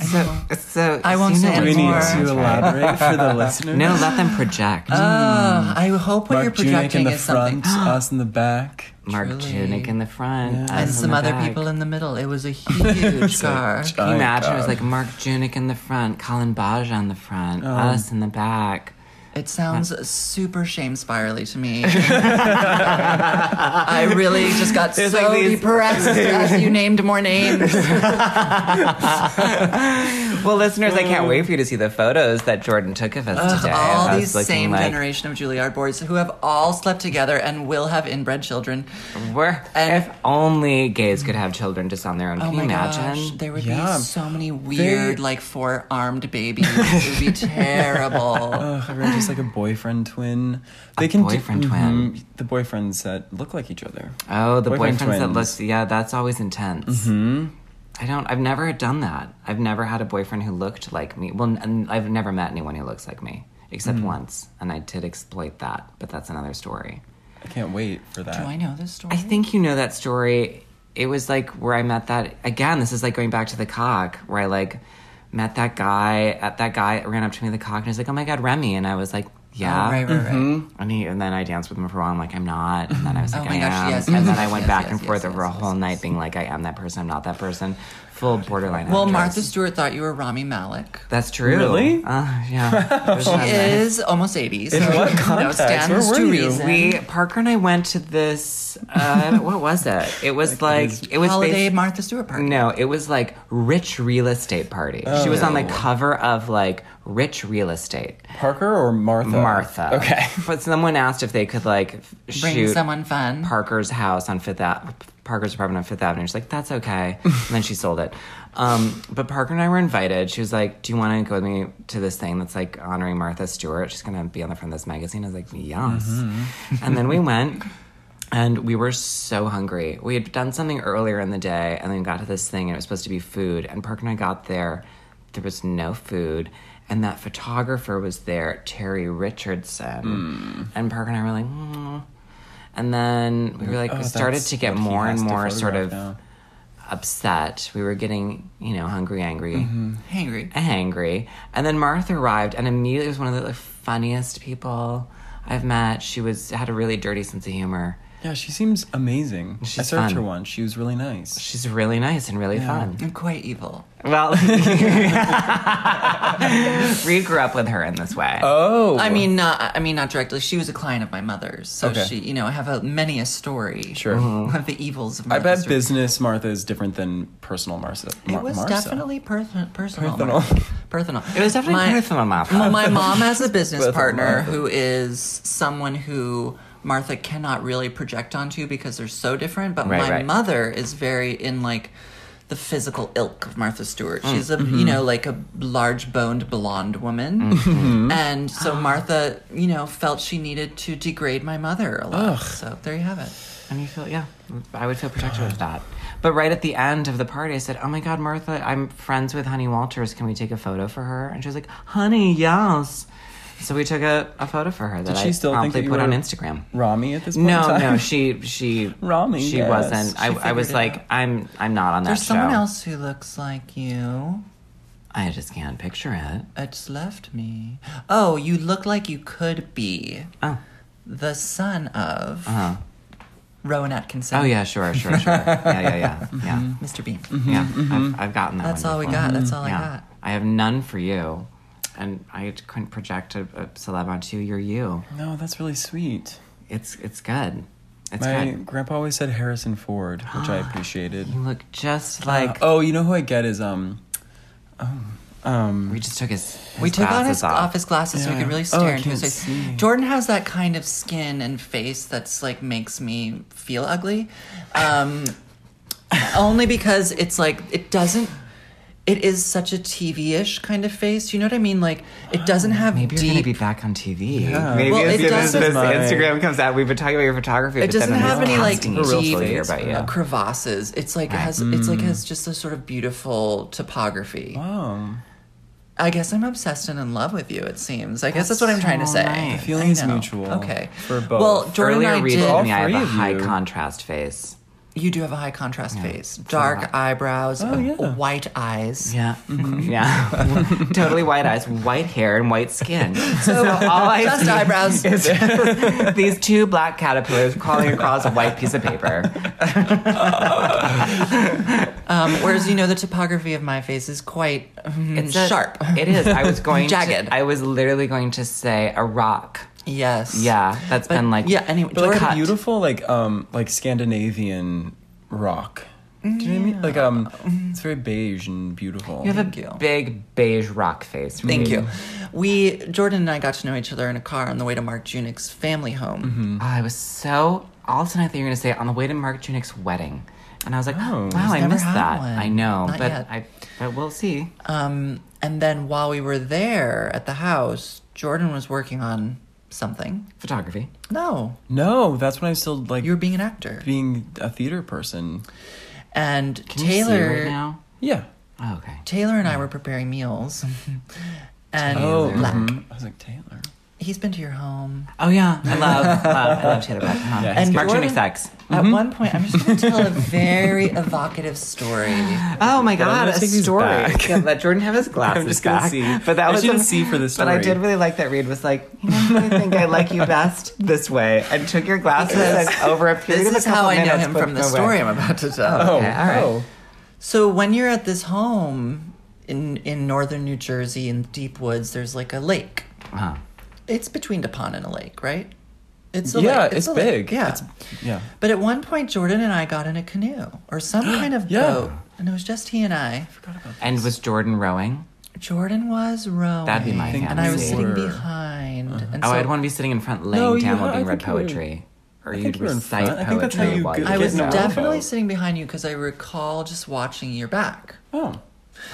Speaker 1: So, so
Speaker 2: I won't
Speaker 1: you know
Speaker 2: say
Speaker 3: Do we
Speaker 1: it's
Speaker 2: any
Speaker 3: need
Speaker 2: more.
Speaker 1: hard.
Speaker 3: to elaborate for the listener?
Speaker 1: No, let them project.
Speaker 2: Uh, Ugh, Ah, I hope what
Speaker 3: Mark
Speaker 2: you're
Speaker 3: Junik in
Speaker 2: projecting
Speaker 3: the
Speaker 2: is something.
Speaker 3: front, us in the back.
Speaker 1: Mark
Speaker 2: truly.
Speaker 1: Junick in the front, us
Speaker 2: and
Speaker 1: in
Speaker 2: some
Speaker 1: the
Speaker 2: other
Speaker 1: back.
Speaker 2: people in the middle. It was a huge car.
Speaker 3: Giant
Speaker 1: Can you imagine? It
Speaker 3: God.
Speaker 1: was like Mark Junick in the front, Colin Baja in the front, us in the back.
Speaker 2: It sounds super shame spirally to me. I really just got
Speaker 1: There's
Speaker 2: so
Speaker 1: like these-
Speaker 2: depressed as you named more names.
Speaker 1: Well, listeners, I can't wait for you to see the photos that Jordan took of us today. of
Speaker 2: all
Speaker 1: us
Speaker 2: these
Speaker 1: looking
Speaker 2: same
Speaker 1: like-
Speaker 2: generation of Juilliard boys who have all slept together and will have inbred children.
Speaker 1: We're,
Speaker 2: And-
Speaker 1: if only gays could have children just on their own.
Speaker 2: Oh
Speaker 1: Can you
Speaker 2: my
Speaker 1: imagine?
Speaker 2: gosh, there would
Speaker 3: Yeah.
Speaker 2: be so many weird, like four-armed babies. it would be
Speaker 1: Oh,
Speaker 2: terrible.
Speaker 3: Ugh, everyone just like a boyfriend twin. They can
Speaker 1: boyfriend
Speaker 3: do,
Speaker 1: twin.
Speaker 3: Mhm, the boyfriends that look like each other.
Speaker 1: Oh, the
Speaker 3: Boyfriend
Speaker 1: boyfriends that
Speaker 3: twins. Mm-hmm.
Speaker 1: look. Yeah, that's always intense. I don't. I've never done that. I've never had a boyfriend who looked like me. Well, n- I've never met anyone who looks like me except once, and I did exploit that. But that's another story.
Speaker 3: I can't wait for that.
Speaker 2: Do I know this story?
Speaker 1: I think you know that story. It was like where I met that again. This is like going back to the cock, where I like met that guy. At that guy ran up to me, at the cock, and he's like, "Oh my god, Remy," and I was like, "Yeah." Mm-hmm.
Speaker 2: Oh, right, right, right.
Speaker 1: And he and then I danced with him for a while. I'm like, I'm not. And then I was like,
Speaker 2: Oh my
Speaker 1: I
Speaker 2: gosh,
Speaker 1: am.
Speaker 2: yes,
Speaker 1: and
Speaker 2: yes,
Speaker 1: then I
Speaker 2: yes,
Speaker 1: went
Speaker 2: yes,
Speaker 1: back
Speaker 2: yes,
Speaker 1: and forth
Speaker 2: yes,
Speaker 1: over a
Speaker 2: yes,
Speaker 1: whole
Speaker 2: yes,
Speaker 1: night,
Speaker 2: yes.
Speaker 1: being like, I am that person, I'm not that person. Full borderline.
Speaker 2: Well,
Speaker 1: actress.
Speaker 2: Martha Stewart thought you were Rami Malek.
Speaker 1: That's true.
Speaker 3: Really?
Speaker 1: Uh, yeah. It was
Speaker 2: She
Speaker 1: not nice.
Speaker 2: is almost 80. So
Speaker 3: In what
Speaker 2: you know,
Speaker 3: context?
Speaker 2: stands
Speaker 3: Where
Speaker 2: to
Speaker 3: were you?
Speaker 2: reason.
Speaker 1: We Parker and I went to this. Uh, what was it? It was like,
Speaker 3: his
Speaker 1: it was
Speaker 2: Holiday
Speaker 1: basi-
Speaker 2: Martha Stewart party.
Speaker 1: No, it was like rich real estate party. She was on the cover of like rich real estate.
Speaker 3: Parker or Martha?
Speaker 1: Martha.
Speaker 3: Okay.
Speaker 1: But someone asked if they could like f-
Speaker 2: Bring
Speaker 1: shoot
Speaker 2: someone fun.
Speaker 1: Parker's house on Fifth Ave- Parker's apartment on Fifth Avenue. She's like, "That's okay." and then she sold it. Um, but Parker and I were invited. She was like, "Do you want to go with me to this thing that's like honoring Martha Stewart? She's gonna be on the front of this magazine." I was like, "Yes." and then we went. And we were so hungry. We had done something earlier in the day and then got to this thing and it was supposed to be food. And Parker and I got there. There was no food. And that photographer was there, Terry Richardson. And Parker and I were like, mm. and then we were like,
Speaker 3: Oh,
Speaker 1: we started
Speaker 3: that's
Speaker 1: to get
Speaker 3: what he
Speaker 1: more and
Speaker 3: has to
Speaker 1: more sort of
Speaker 3: photograph now.
Speaker 1: upset. We were getting, you know, hungry, angry
Speaker 3: Mm-hmm.
Speaker 2: Hangry.
Speaker 1: hangry. And then Martha arrived and immediately was one of the like, funniest people I've met. She was had a really dirty sense of humor.
Speaker 3: Yeah, she seems amazing. I
Speaker 1: She's
Speaker 3: served
Speaker 1: fun.
Speaker 3: her once. She was really nice.
Speaker 1: She's really nice and really fun.
Speaker 2: And quite evil.
Speaker 1: Well, we grew up with her in this way.
Speaker 3: Oh,
Speaker 2: I mean, not. I mean, not directly. She was a client of my mother's, so
Speaker 3: Okay.
Speaker 2: she, you know, I have a, many a story.
Speaker 3: Sure.
Speaker 1: Mm-hmm.
Speaker 2: Of the evils of
Speaker 3: I
Speaker 2: Martha
Speaker 3: bet
Speaker 2: Stewart.
Speaker 3: business Martha is different than personal Martha. Mar-
Speaker 2: It was
Speaker 3: Martha.
Speaker 2: definitely person, personal.
Speaker 3: Personal.
Speaker 2: Martha. Personal.
Speaker 1: it was definitely
Speaker 2: my,
Speaker 1: personal, Martha.
Speaker 2: Well, my mom has a business
Speaker 3: Both of
Speaker 2: partner
Speaker 3: Martha.
Speaker 2: who is someone who Martha cannot really project onto because they're so different. But
Speaker 1: Right,
Speaker 2: my
Speaker 1: right.
Speaker 2: mother is very in like the physical ilk of Martha Stewart.
Speaker 1: Mm.
Speaker 2: She's a
Speaker 1: Mm-hmm.
Speaker 2: you know like a large boned blonde woman,
Speaker 1: Mm-hmm.
Speaker 2: and so Martha you know felt she needed to degrade my mother a lot. So there you have it.
Speaker 1: And you feel, yeah, I would feel protected with that. But right at the end of the party, I said, Oh my God, Martha, I'm friends with Honey Walters. Can we take a photo for her? And she was like, Honey, yes. So we took a, a photo for her that
Speaker 3: she
Speaker 1: I
Speaker 3: still think
Speaker 1: promptly
Speaker 3: that you
Speaker 1: put on
Speaker 3: were-
Speaker 1: Instagram.
Speaker 3: Rami at this point. in
Speaker 1: No,
Speaker 3: time?
Speaker 1: no, she she
Speaker 3: Rami,
Speaker 1: she
Speaker 3: yes.
Speaker 1: wasn't.
Speaker 3: She
Speaker 1: I, I was
Speaker 2: figured it
Speaker 1: like,
Speaker 2: out.
Speaker 1: I'm I'm not on that
Speaker 2: There's
Speaker 1: show.
Speaker 2: someone else who looks like you.
Speaker 1: I just can't picture it.
Speaker 2: It's left me. Oh, you look like you could be
Speaker 1: Oh,
Speaker 2: the son of
Speaker 1: uh-huh.
Speaker 2: Rowan Atkinson.
Speaker 1: oh yeah, sure, Mm-hmm. sure, sure. yeah, yeah, yeah,
Speaker 3: Mm-hmm.
Speaker 1: yeah,
Speaker 2: Mr. Bean.
Speaker 1: yeah. I've, I've gotten that.
Speaker 2: Mm-hmm, That's
Speaker 1: one
Speaker 2: all we
Speaker 1: before. Mm-hmm.
Speaker 2: got. That's all I
Speaker 1: yeah.
Speaker 2: got.
Speaker 1: I have none for you, and I couldn't project a, a celeb onto you. You're you.
Speaker 3: No, that's really sweet.
Speaker 1: It's it's good. It's
Speaker 3: My
Speaker 1: good.
Speaker 3: grandpa always said Harrison Ford, which I appreciated.
Speaker 1: You look just like.
Speaker 3: oh, you know who I get is um, oh, um,
Speaker 1: We just took his. his
Speaker 2: We took on
Speaker 1: glasses
Speaker 2: his
Speaker 1: off.
Speaker 2: office glasses so we
Speaker 3: Yeah.
Speaker 2: could really
Speaker 3: Oh,
Speaker 2: stare
Speaker 3: I
Speaker 2: into his
Speaker 3: can't
Speaker 2: face.
Speaker 3: see.
Speaker 2: Jordan has that kind of skin and face that's like makes me feel ugly. Um, only because it's like, it doesn't. It is such a TV-ish kind of face. You know what I mean? Like it doesn't have
Speaker 1: Maybe you're
Speaker 2: deep
Speaker 1: gonna be back on TV.
Speaker 3: Yeah.
Speaker 1: Maybe
Speaker 2: Well,
Speaker 1: as
Speaker 2: it
Speaker 1: soon as
Speaker 2: doesn't-
Speaker 1: this
Speaker 3: My-
Speaker 1: Instagram comes out, we've been talking about your photography.
Speaker 2: it doesn't have any like
Speaker 1: we're real
Speaker 2: deep
Speaker 1: here about you.
Speaker 2: uh, crevasses. It's like it has it's like
Speaker 1: Mm.
Speaker 2: has just a sort of beautiful topography.
Speaker 3: wow.
Speaker 2: I guess I'm obsessed and in love with you. It seems. I guess
Speaker 1: That's
Speaker 2: that's what I'm trying to
Speaker 1: so
Speaker 2: say.
Speaker 1: nice. The
Speaker 3: feeling's
Speaker 2: I know.
Speaker 3: mutual
Speaker 2: Okay.
Speaker 3: for both.
Speaker 2: Well, Jordan
Speaker 1: Earlier,
Speaker 2: and I
Speaker 1: Reed
Speaker 2: did.
Speaker 1: told me I have
Speaker 3: three
Speaker 1: a
Speaker 3: of
Speaker 1: high
Speaker 3: you.
Speaker 1: contrast face.
Speaker 2: You do have a high contrast face, dark eyebrows,
Speaker 3: Oh, yeah.
Speaker 2: white eyes.
Speaker 1: Yeah, Mm-hmm. yeah, totally white eyes, white hair, and white skin. So, all I
Speaker 2: Just
Speaker 1: see
Speaker 2: eyebrows.
Speaker 1: is these two black caterpillars crawling across a white piece of paper.
Speaker 2: Um, whereas you know the topography of my face is quite mm,
Speaker 1: a-
Speaker 2: sharp.
Speaker 1: It is. I was going
Speaker 2: Jagged.
Speaker 1: To, I was literally going to say a rock.
Speaker 2: yes.
Speaker 1: Yeah, that's been like
Speaker 2: yeah, anyway,
Speaker 1: But
Speaker 2: Jordan-
Speaker 1: cut.
Speaker 3: beautiful like um like Scandinavian rock. Do you know what I mean? Like um, it's very beige and beautiful.
Speaker 2: Mm. You have
Speaker 1: Thank
Speaker 2: a you.
Speaker 1: Big beige rock face. Mm-hmm. from
Speaker 2: Thank you. We Jordan and I got to know each other in a car on the way to Mark Junick's family home.
Speaker 1: Oh, I was so all tonight that you were gonna say on the way to Mark Junick's wedding, and I was like,
Speaker 3: Oh.
Speaker 1: wow, I
Speaker 2: never
Speaker 1: missed
Speaker 2: had
Speaker 1: that.
Speaker 2: one.
Speaker 1: I know,
Speaker 2: Not
Speaker 1: but
Speaker 2: yet.
Speaker 1: I but we'll see.
Speaker 2: Um, and then while we were there at the house, Jordan was working on something.
Speaker 1: Photography.
Speaker 2: No,
Speaker 3: No, that's when I still like
Speaker 2: you were being an actor.
Speaker 3: being a theater person.
Speaker 2: And
Speaker 1: Can you see
Speaker 2: Taylor
Speaker 1: right now.
Speaker 3: Yeah.
Speaker 1: Oh, okay.
Speaker 2: Taylor and I were preparing meals.
Speaker 1: Oh,
Speaker 2: and
Speaker 3: Oh,
Speaker 1: mm-hmm.
Speaker 2: Black.
Speaker 3: mhm. I was like Taylor.
Speaker 2: He's been to your home.
Speaker 1: Oh yeah, I love, love I love Taylor Black. Huh?
Speaker 3: Yeah, he's
Speaker 1: and
Speaker 3: And
Speaker 1: Mark
Speaker 2: good.
Speaker 1: Junick's ex.
Speaker 2: At one point, I'm just going to tell a very evocative story.
Speaker 1: Oh my god,
Speaker 3: I'm gonna
Speaker 1: a
Speaker 3: take these
Speaker 1: story.
Speaker 3: back.
Speaker 1: Yeah, let Jordan have his glasses
Speaker 3: just gonna
Speaker 1: back.
Speaker 3: see.
Speaker 1: But that
Speaker 3: I
Speaker 1: was
Speaker 3: shouldn't
Speaker 1: a-
Speaker 3: see for this
Speaker 1: But I
Speaker 3: story.
Speaker 1: did really like that Reed was like, you know, I think I like you best this way, and took your glasses
Speaker 2: Because
Speaker 1: and over a period
Speaker 2: This
Speaker 1: of a
Speaker 2: is how
Speaker 1: couple
Speaker 2: I know
Speaker 1: minutes,
Speaker 2: him
Speaker 1: put
Speaker 2: from the
Speaker 1: them away.
Speaker 2: story I'm about to tell.
Speaker 3: Oh,
Speaker 1: all right.
Speaker 3: oh.
Speaker 2: So when you're at this home in in northern New Jersey in the deep woods, there's like a lake.
Speaker 1: Uh-huh.
Speaker 2: It's between a pond and a lake, right? It's a
Speaker 3: Yeah,
Speaker 2: lake.
Speaker 3: it's
Speaker 2: a lake.
Speaker 3: big.
Speaker 2: Yeah.
Speaker 3: It's- yeah.
Speaker 2: But at one point, Jordan and I got in a canoe or some kind of
Speaker 3: Yeah.
Speaker 2: boat, and it was just he and I.
Speaker 1: And was Jordan rowing?
Speaker 2: Jordan was rowing.
Speaker 1: That'd be my
Speaker 2: And I was
Speaker 1: fantasy.
Speaker 2: sitting
Speaker 3: Or-
Speaker 2: behind. And
Speaker 1: oh,
Speaker 2: so
Speaker 1: I'd want to be sitting in front, laying
Speaker 3: No, you-
Speaker 1: down while
Speaker 3: Oh, I
Speaker 1: being read
Speaker 3: think you were-
Speaker 1: poetry, or
Speaker 3: think
Speaker 1: you'd
Speaker 3: you were in
Speaker 1: recite
Speaker 3: front. I think that's how
Speaker 1: poetry
Speaker 3: you
Speaker 1: while you.
Speaker 3: get-
Speaker 2: I
Speaker 1: did
Speaker 2: was
Speaker 3: Getting
Speaker 1: that.
Speaker 3: out of the
Speaker 2: definitely
Speaker 3: boat.
Speaker 2: sitting behind you because I recall just watching your back.
Speaker 3: Oh.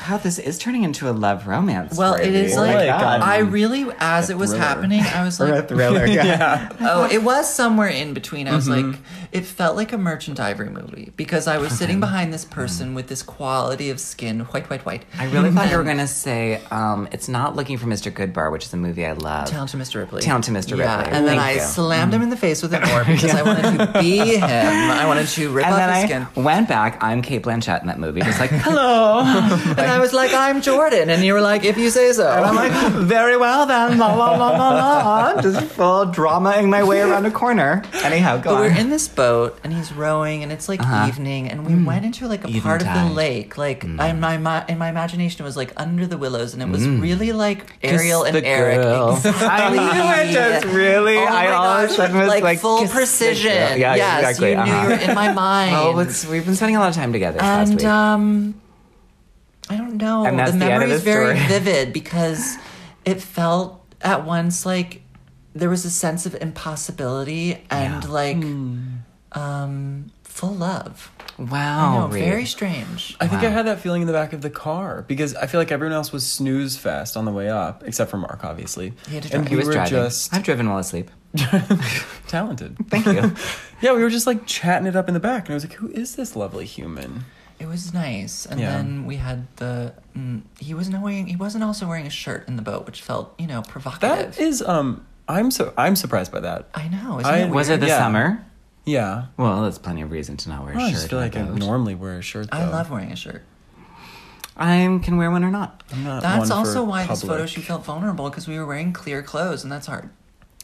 Speaker 1: How this is turning into a love romance.
Speaker 2: Well,
Speaker 1: story,
Speaker 2: it is
Speaker 1: Reed. Oh
Speaker 3: Or
Speaker 2: like,
Speaker 3: like, um,
Speaker 2: I really, as
Speaker 3: a
Speaker 2: it was
Speaker 3: thriller.
Speaker 2: happening, I was
Speaker 1: or a
Speaker 2: like,
Speaker 1: thriller. Yeah.
Speaker 2: oh, it was somewhere in between. I was like, it felt like a merchant ivory movie because I was sitting behind this person with this quality of skin, white, white, white.
Speaker 1: I really thought you were going to say um, it's not looking for Mr. Goodbar, which is a movie I love.
Speaker 2: Down to Mr. Ripley.
Speaker 1: Down to Mr.
Speaker 2: Yeah,
Speaker 1: Ripley.
Speaker 2: and then
Speaker 1: Thank you.
Speaker 2: I slammed him in the face with an oar because I wanted to be him. I wanted to rip
Speaker 1: and
Speaker 2: off
Speaker 1: then
Speaker 2: his
Speaker 1: I
Speaker 2: skin.
Speaker 1: went back. I'm Kate Blanchett in that movie. Just like, hello.
Speaker 2: And I was like, I'm Jordan. And you were like, if you say so.
Speaker 1: Oh I'm like, very well then. La la la la la. Just full dramaing my way around a corner. Anyhow, go
Speaker 2: But we're
Speaker 1: on.
Speaker 2: in this boat and he's rowing and it's like evening and we went into like a part of
Speaker 1: Uh-huh. Hmm. tide. Hmm.
Speaker 2: the lake. Like I, my, my in my imagination it was like under the willows and it was really like Ariel and
Speaker 1: the
Speaker 2: Eric.
Speaker 1: girl.
Speaker 2: Exactly.
Speaker 1: I knew it just really.
Speaker 2: Oh
Speaker 1: I
Speaker 2: my
Speaker 1: all of a
Speaker 2: gosh.
Speaker 1: sudden was like,
Speaker 2: full
Speaker 1: kiss the girl.
Speaker 2: precision.
Speaker 1: Yeah,
Speaker 2: yes,
Speaker 1: exactly.
Speaker 2: You knew
Speaker 1: uh-huh.
Speaker 2: you were in my mind.
Speaker 1: Oh, it's, we've been spending a lot of time together this last
Speaker 2: and
Speaker 1: week.
Speaker 2: um I don't know.
Speaker 1: And that's
Speaker 2: the
Speaker 1: the end of
Speaker 2: memory is
Speaker 1: the
Speaker 2: very
Speaker 1: story.
Speaker 2: vivid because it felt at once like there was a sense of impossibility and
Speaker 1: Yeah.
Speaker 2: like
Speaker 3: Hmm.
Speaker 2: um full love.
Speaker 1: wow,
Speaker 2: no,
Speaker 1: Reed.
Speaker 2: very strange.
Speaker 3: I think I had that feeling in the back of the car because I feel like everyone else was snooze fest on the way up, except for Mark, obviously.
Speaker 2: He had to drive.
Speaker 3: and we
Speaker 1: He was
Speaker 3: were
Speaker 1: driving.
Speaker 3: just
Speaker 1: I've driven while asleep.
Speaker 3: talented.
Speaker 1: Thank you.
Speaker 3: Yeah, we were just like chatting it up in the back, and I was like, "Who is this lovely human?"
Speaker 2: It was nice, and
Speaker 3: Yeah.
Speaker 2: then we had the. Mm, he wasn't wearing. He wasn't also wearing a shirt in the boat, which felt you know provocative.
Speaker 3: That is, um, I'm so I'm surprised by that.
Speaker 2: I know. Isn't
Speaker 3: I-
Speaker 2: it
Speaker 1: Was it
Speaker 2: weird?
Speaker 1: the
Speaker 3: Yeah.
Speaker 1: summer?
Speaker 3: Yeah,
Speaker 1: Well, that's plenty of reason to not wear a
Speaker 3: I
Speaker 1: shirt.
Speaker 3: just feel
Speaker 1: on a
Speaker 3: like I
Speaker 1: boat.
Speaker 3: normally wear a shirt. Though.
Speaker 2: I love wearing a shirt.
Speaker 1: I can wear one or not.
Speaker 3: I'm not one
Speaker 2: That's
Speaker 3: for
Speaker 2: also why this
Speaker 3: public.
Speaker 2: photo shoot felt vulnerable because we were wearing clear clothes, and that's hard.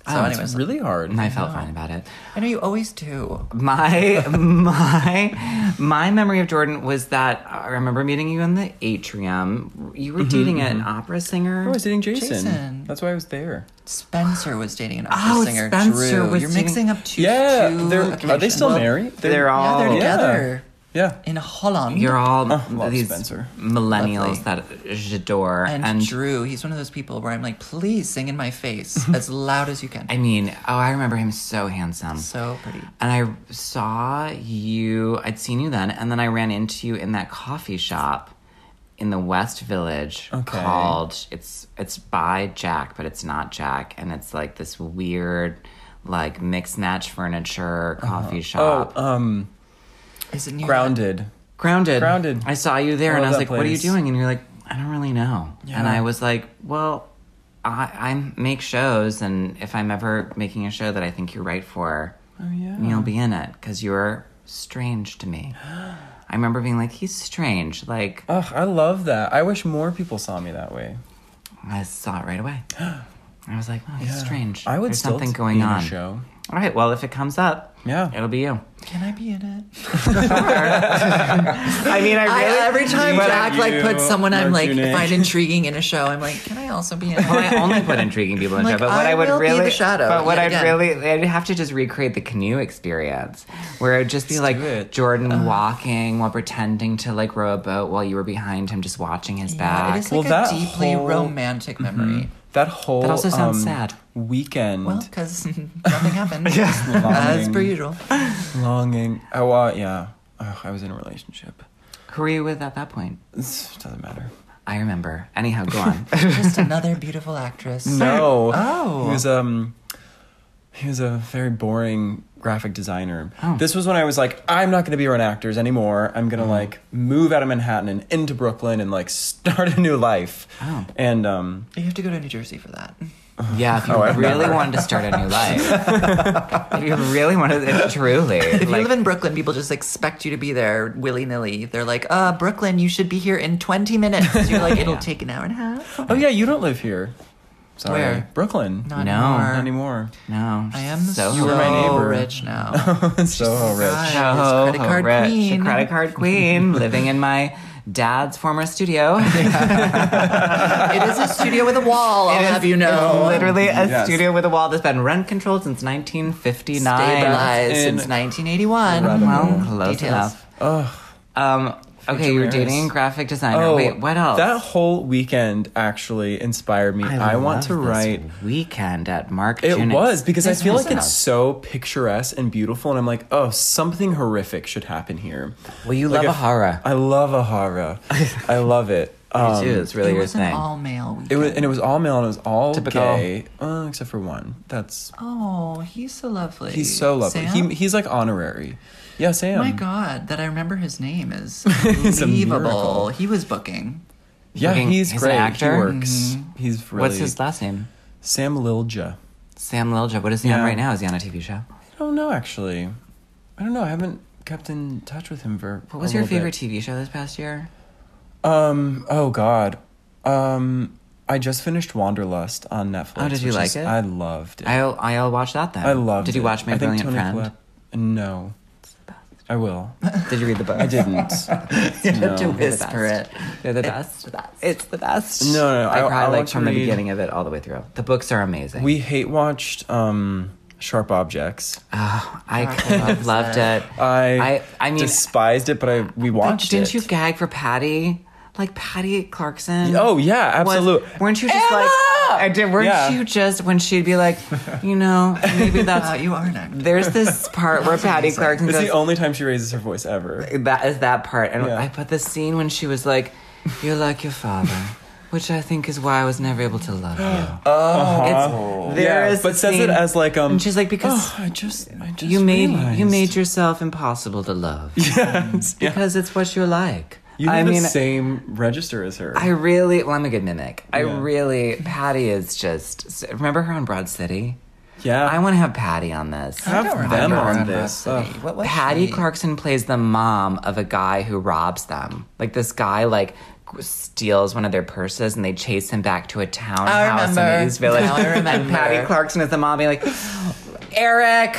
Speaker 2: So,
Speaker 1: Oh, it's
Speaker 2: anyways,
Speaker 3: Ah, It's really hard.
Speaker 1: And I felt fine about it.
Speaker 2: I know you always do.
Speaker 1: My my my memory of Jordan was that I remember meeting you in the atrium. You were dating an opera singer.
Speaker 3: Mm-hmm, Oh, I was dating Jason.
Speaker 2: Jason.
Speaker 3: That's why I was there.
Speaker 2: Spencer was dating an opera
Speaker 1: Oh,
Speaker 2: singer.
Speaker 1: Spencer
Speaker 2: Drew.
Speaker 1: was
Speaker 2: You're
Speaker 1: dating-
Speaker 2: mixing up two.
Speaker 3: yeah,
Speaker 2: two
Speaker 3: they're- are they
Speaker 2: occasions.
Speaker 3: still
Speaker 2: Well,
Speaker 3: married?
Speaker 1: They're,
Speaker 2: Yeah,
Speaker 1: all
Speaker 2: they're
Speaker 3: Yeah.
Speaker 2: together
Speaker 3: Yeah,
Speaker 2: in Holland.
Speaker 1: you're all
Speaker 3: Oh, love
Speaker 1: these
Speaker 3: Spencer.
Speaker 1: millennials that j'adore.
Speaker 2: and,
Speaker 1: And,
Speaker 2: Drew, he's one of those people where I'm like, please sing in my face as loud as you can.
Speaker 1: I mean, oh, I remember him so handsome.
Speaker 2: so pretty.
Speaker 1: and I saw you. I'd seen you then, and then I ran into you in that coffee shop in the West Village
Speaker 3: Okay.
Speaker 1: called it's it's by Jack, but it's not Jack, and it's like this weird like mix match furniture coffee shop.
Speaker 3: Oh, um,
Speaker 2: Is it near
Speaker 3: grounded.
Speaker 1: Grounded.
Speaker 3: Grounded.
Speaker 1: I saw you there, and I
Speaker 3: love
Speaker 1: was like,
Speaker 3: that
Speaker 1: "What are you
Speaker 3: place.
Speaker 1: doing?" And you're like, "I don't really know." And
Speaker 3: Yeah.
Speaker 1: I was like, "Well." I, I make shows, and if I'm ever making a show that I think you're right for,
Speaker 3: Oh yeah.
Speaker 1: you'll be in it because you're strange to me. I remember being like, he's strange. Like,
Speaker 3: Ugh, I love that. I wish more people saw me that way.
Speaker 1: I saw it right away. I was like, oh, he's
Speaker 3: Yeah.
Speaker 1: strange.
Speaker 3: I would
Speaker 1: There's
Speaker 3: still
Speaker 1: something
Speaker 3: t-
Speaker 1: going
Speaker 3: be in a
Speaker 1: on.
Speaker 3: show.
Speaker 1: All right, well, if it comes up,
Speaker 3: Yeah.
Speaker 1: It'll be you.
Speaker 2: Can I be in it?
Speaker 1: I mean, I
Speaker 2: I,
Speaker 1: really.
Speaker 2: every time
Speaker 3: But
Speaker 2: Jack like
Speaker 3: you
Speaker 2: puts someone I'm
Speaker 3: are
Speaker 2: like
Speaker 3: unique.
Speaker 2: find intriguing in a show, I'm like, can I also be in it?
Speaker 1: I only put intriguing people in
Speaker 2: Like,
Speaker 1: show, but what
Speaker 2: I
Speaker 1: I, would
Speaker 2: will be
Speaker 1: really,
Speaker 2: the shadow
Speaker 1: but what
Speaker 2: yet
Speaker 1: I'd
Speaker 2: again.
Speaker 1: really, I'd have to just recreate the canoe experience, where it'd just be like
Speaker 3: do it.
Speaker 1: Jordan walking while pretending to like row a boat while you were behind him, just watching his
Speaker 2: Yeah,
Speaker 1: back.
Speaker 2: it is
Speaker 3: Well,
Speaker 2: like
Speaker 3: that
Speaker 2: a deeply
Speaker 3: whole-
Speaker 2: romantic memory.
Speaker 3: That whole
Speaker 1: That also sounds
Speaker 3: um,
Speaker 1: sad.
Speaker 3: weekend
Speaker 2: Well, because nothing happened. As per usual.
Speaker 3: longing. Oh, uh, yeah. Oh, I was in a relationship.
Speaker 1: Who were you with at that point?
Speaker 3: It's- It doesn't matter.
Speaker 1: I remember. Anyhow, go on.
Speaker 2: Just another beautiful actress.
Speaker 3: No.
Speaker 2: Oh.
Speaker 3: He was um he was a very boring graphic designer.
Speaker 1: Oh.
Speaker 3: This was when I was like, I'm not gonna be around actors anymore. I'm gonna like move out of Manhattan and into Brooklyn and like start a new life.
Speaker 1: Oh.
Speaker 3: And um
Speaker 2: You have to go to New Jersey for that.
Speaker 1: yeah, if you
Speaker 3: Oh, I
Speaker 1: really
Speaker 3: remember.
Speaker 1: wanted to start a new life, if you really wanted, if truly,
Speaker 2: If
Speaker 1: like,
Speaker 2: you live in Brooklyn, people just expect you to be there willy nilly. They're like, uh, Brooklyn, you should be here in 20 minutes. You're like, it'll take an hour and a half.
Speaker 3: Oh yeah, you don't live here. Sorry.
Speaker 2: Where?
Speaker 3: Brooklyn.
Speaker 2: Not
Speaker 1: No,
Speaker 2: anymore.
Speaker 3: Not anymore.
Speaker 1: no,
Speaker 2: I am
Speaker 1: so
Speaker 2: so,
Speaker 3: You were my neighbor.
Speaker 2: rich now.
Speaker 3: so rich.
Speaker 2: Right, this
Speaker 1: Oh,
Speaker 2: credit card
Speaker 1: rich.
Speaker 2: queen.
Speaker 1: Credit card queen, living in my dad's former studio.
Speaker 2: it is a studio with a wall, I'll
Speaker 1: It is-
Speaker 2: have you know.
Speaker 1: it's literally a
Speaker 3: Yes.
Speaker 1: studio with a wall that's been rent controlled since 1959.
Speaker 2: stabilized
Speaker 3: In-
Speaker 2: since 1981.
Speaker 1: Well, close
Speaker 2: Details.
Speaker 1: enough.
Speaker 3: Ugh.
Speaker 1: Um, okay,
Speaker 3: Future
Speaker 1: you were
Speaker 3: Maris.
Speaker 1: dating a graphic designer.
Speaker 3: Oh,
Speaker 1: Wait, what else?
Speaker 3: That whole weekend actually inspired me. I, want
Speaker 1: love
Speaker 3: to
Speaker 1: this
Speaker 3: write
Speaker 1: weekend at Mark.
Speaker 3: It
Speaker 1: Junit's.
Speaker 3: was because I
Speaker 1: This
Speaker 3: feel
Speaker 1: was
Speaker 3: like it's
Speaker 1: awesome.
Speaker 3: so picturesque and beautiful, and I'm like, oh, something horrific should happen here.
Speaker 1: Well, you
Speaker 3: Like
Speaker 1: love
Speaker 3: if-
Speaker 1: a horror.
Speaker 3: I love a horror. I love it. Um,
Speaker 1: It is really
Speaker 2: it
Speaker 1: your
Speaker 2: was an
Speaker 1: thing.
Speaker 2: all male weekend.
Speaker 3: It was, and it was all male, and it was all
Speaker 1: Typical.
Speaker 3: gay, uh, except for one. That's
Speaker 2: oh, he's so lovely.
Speaker 3: he's so lovely.
Speaker 2: Sam? Oh
Speaker 3: He, he's like honorary. Yeah, Sam.
Speaker 2: my God, that I remember his name is
Speaker 3: It's a miracle.
Speaker 2: unbelievable. He was booking.
Speaker 3: Yeah,
Speaker 1: Fucking-
Speaker 3: he's,
Speaker 1: he's an
Speaker 3: great.
Speaker 1: actor? Mm-hmm.
Speaker 3: He works. He's really
Speaker 1: What's his last name?
Speaker 3: Sam Lilja.
Speaker 1: Sam Lilja. What is he on
Speaker 3: Yeah.
Speaker 1: right now? Is he on a TV show?
Speaker 3: I don't know actually. I don't know. I haven't kept in touch with him for.
Speaker 1: What was your favorite TV show this past year?
Speaker 3: Um. Oh God. Um. I just finished Wanderlust on Netflix.
Speaker 1: Oh, did you
Speaker 3: which
Speaker 1: like
Speaker 3: is-
Speaker 1: it?
Speaker 3: I loved it. I,
Speaker 1: I'll I'll watch that then.
Speaker 3: loved.
Speaker 1: Did you
Speaker 3: it.
Speaker 1: watch My
Speaker 3: I think
Speaker 1: Brilliant
Speaker 3: Tony
Speaker 1: Friend?
Speaker 3: Collette- no, I will.
Speaker 1: Did you read the book?
Speaker 3: I didn't. no.
Speaker 1: to
Speaker 3: no,
Speaker 2: Whisper it.
Speaker 1: They're the
Speaker 2: It's
Speaker 1: best.
Speaker 2: the best.
Speaker 1: It's the best.
Speaker 3: no, no.
Speaker 1: I, cried
Speaker 3: want
Speaker 1: like
Speaker 3: to
Speaker 1: from the
Speaker 3: read-
Speaker 1: beginning of it all the way through. The books are amazing.
Speaker 3: We hate watched um, Sharp Objects.
Speaker 1: oh, I
Speaker 2: Sharp
Speaker 1: could have
Speaker 2: Objects.
Speaker 1: loved it.
Speaker 3: I
Speaker 1: I- I mean-
Speaker 3: despised it, but I we
Speaker 1: But
Speaker 3: watched
Speaker 1: didn't
Speaker 3: it.
Speaker 1: you gag for Patty? Like Patty Clarkson.
Speaker 3: Oh yeah,
Speaker 1: was-
Speaker 3: absolutely.
Speaker 1: weren't you just like? I did. Weren't
Speaker 3: Yeah.
Speaker 1: you just when she'd be like, you know, maybe
Speaker 2: Wow,
Speaker 1: that's.
Speaker 2: Uh, you are an actor.
Speaker 1: there's this part where Patty Clarkson
Speaker 3: It's
Speaker 1: goes,
Speaker 3: the only time she raises her voice ever.
Speaker 1: that is that part. And
Speaker 3: Yeah.
Speaker 1: I put the scene when she was like, "You're like your father," which I think is why I was never able to love you.
Speaker 3: Uh-huh.
Speaker 1: It's- there
Speaker 3: yeah,
Speaker 1: is
Speaker 3: but
Speaker 1: the
Speaker 3: says it
Speaker 1: scene-
Speaker 3: as like um.
Speaker 1: and she's like, because
Speaker 3: oh, I just, I just
Speaker 1: you made you
Speaker 3: realized."
Speaker 1: made yourself impossible to love
Speaker 3: Yes, yeah.
Speaker 1: because it's what you're like.
Speaker 3: You have
Speaker 1: I
Speaker 3: the
Speaker 1: mean,
Speaker 3: same register as her.
Speaker 1: I really well, I'm a good mimic. I
Speaker 3: Yeah.
Speaker 1: really Patty is just remember her on Broad City.
Speaker 3: yeah,
Speaker 1: I want to have Patty on this.
Speaker 2: I don't
Speaker 3: have
Speaker 2: remember
Speaker 3: them
Speaker 2: her
Speaker 3: on
Speaker 2: in
Speaker 3: this.
Speaker 2: Rhapsody.
Speaker 3: Ugh.
Speaker 2: What was
Speaker 1: Patty
Speaker 2: she?
Speaker 1: Clarkson plays the mom of a guy who robs them. Like this guy, like steals one of their purses, and they chase him back to a townhouse in the
Speaker 2: remember.
Speaker 1: East Village.
Speaker 2: Now I remember.
Speaker 1: And Patty Clarkson is the mom, being like, "Eric,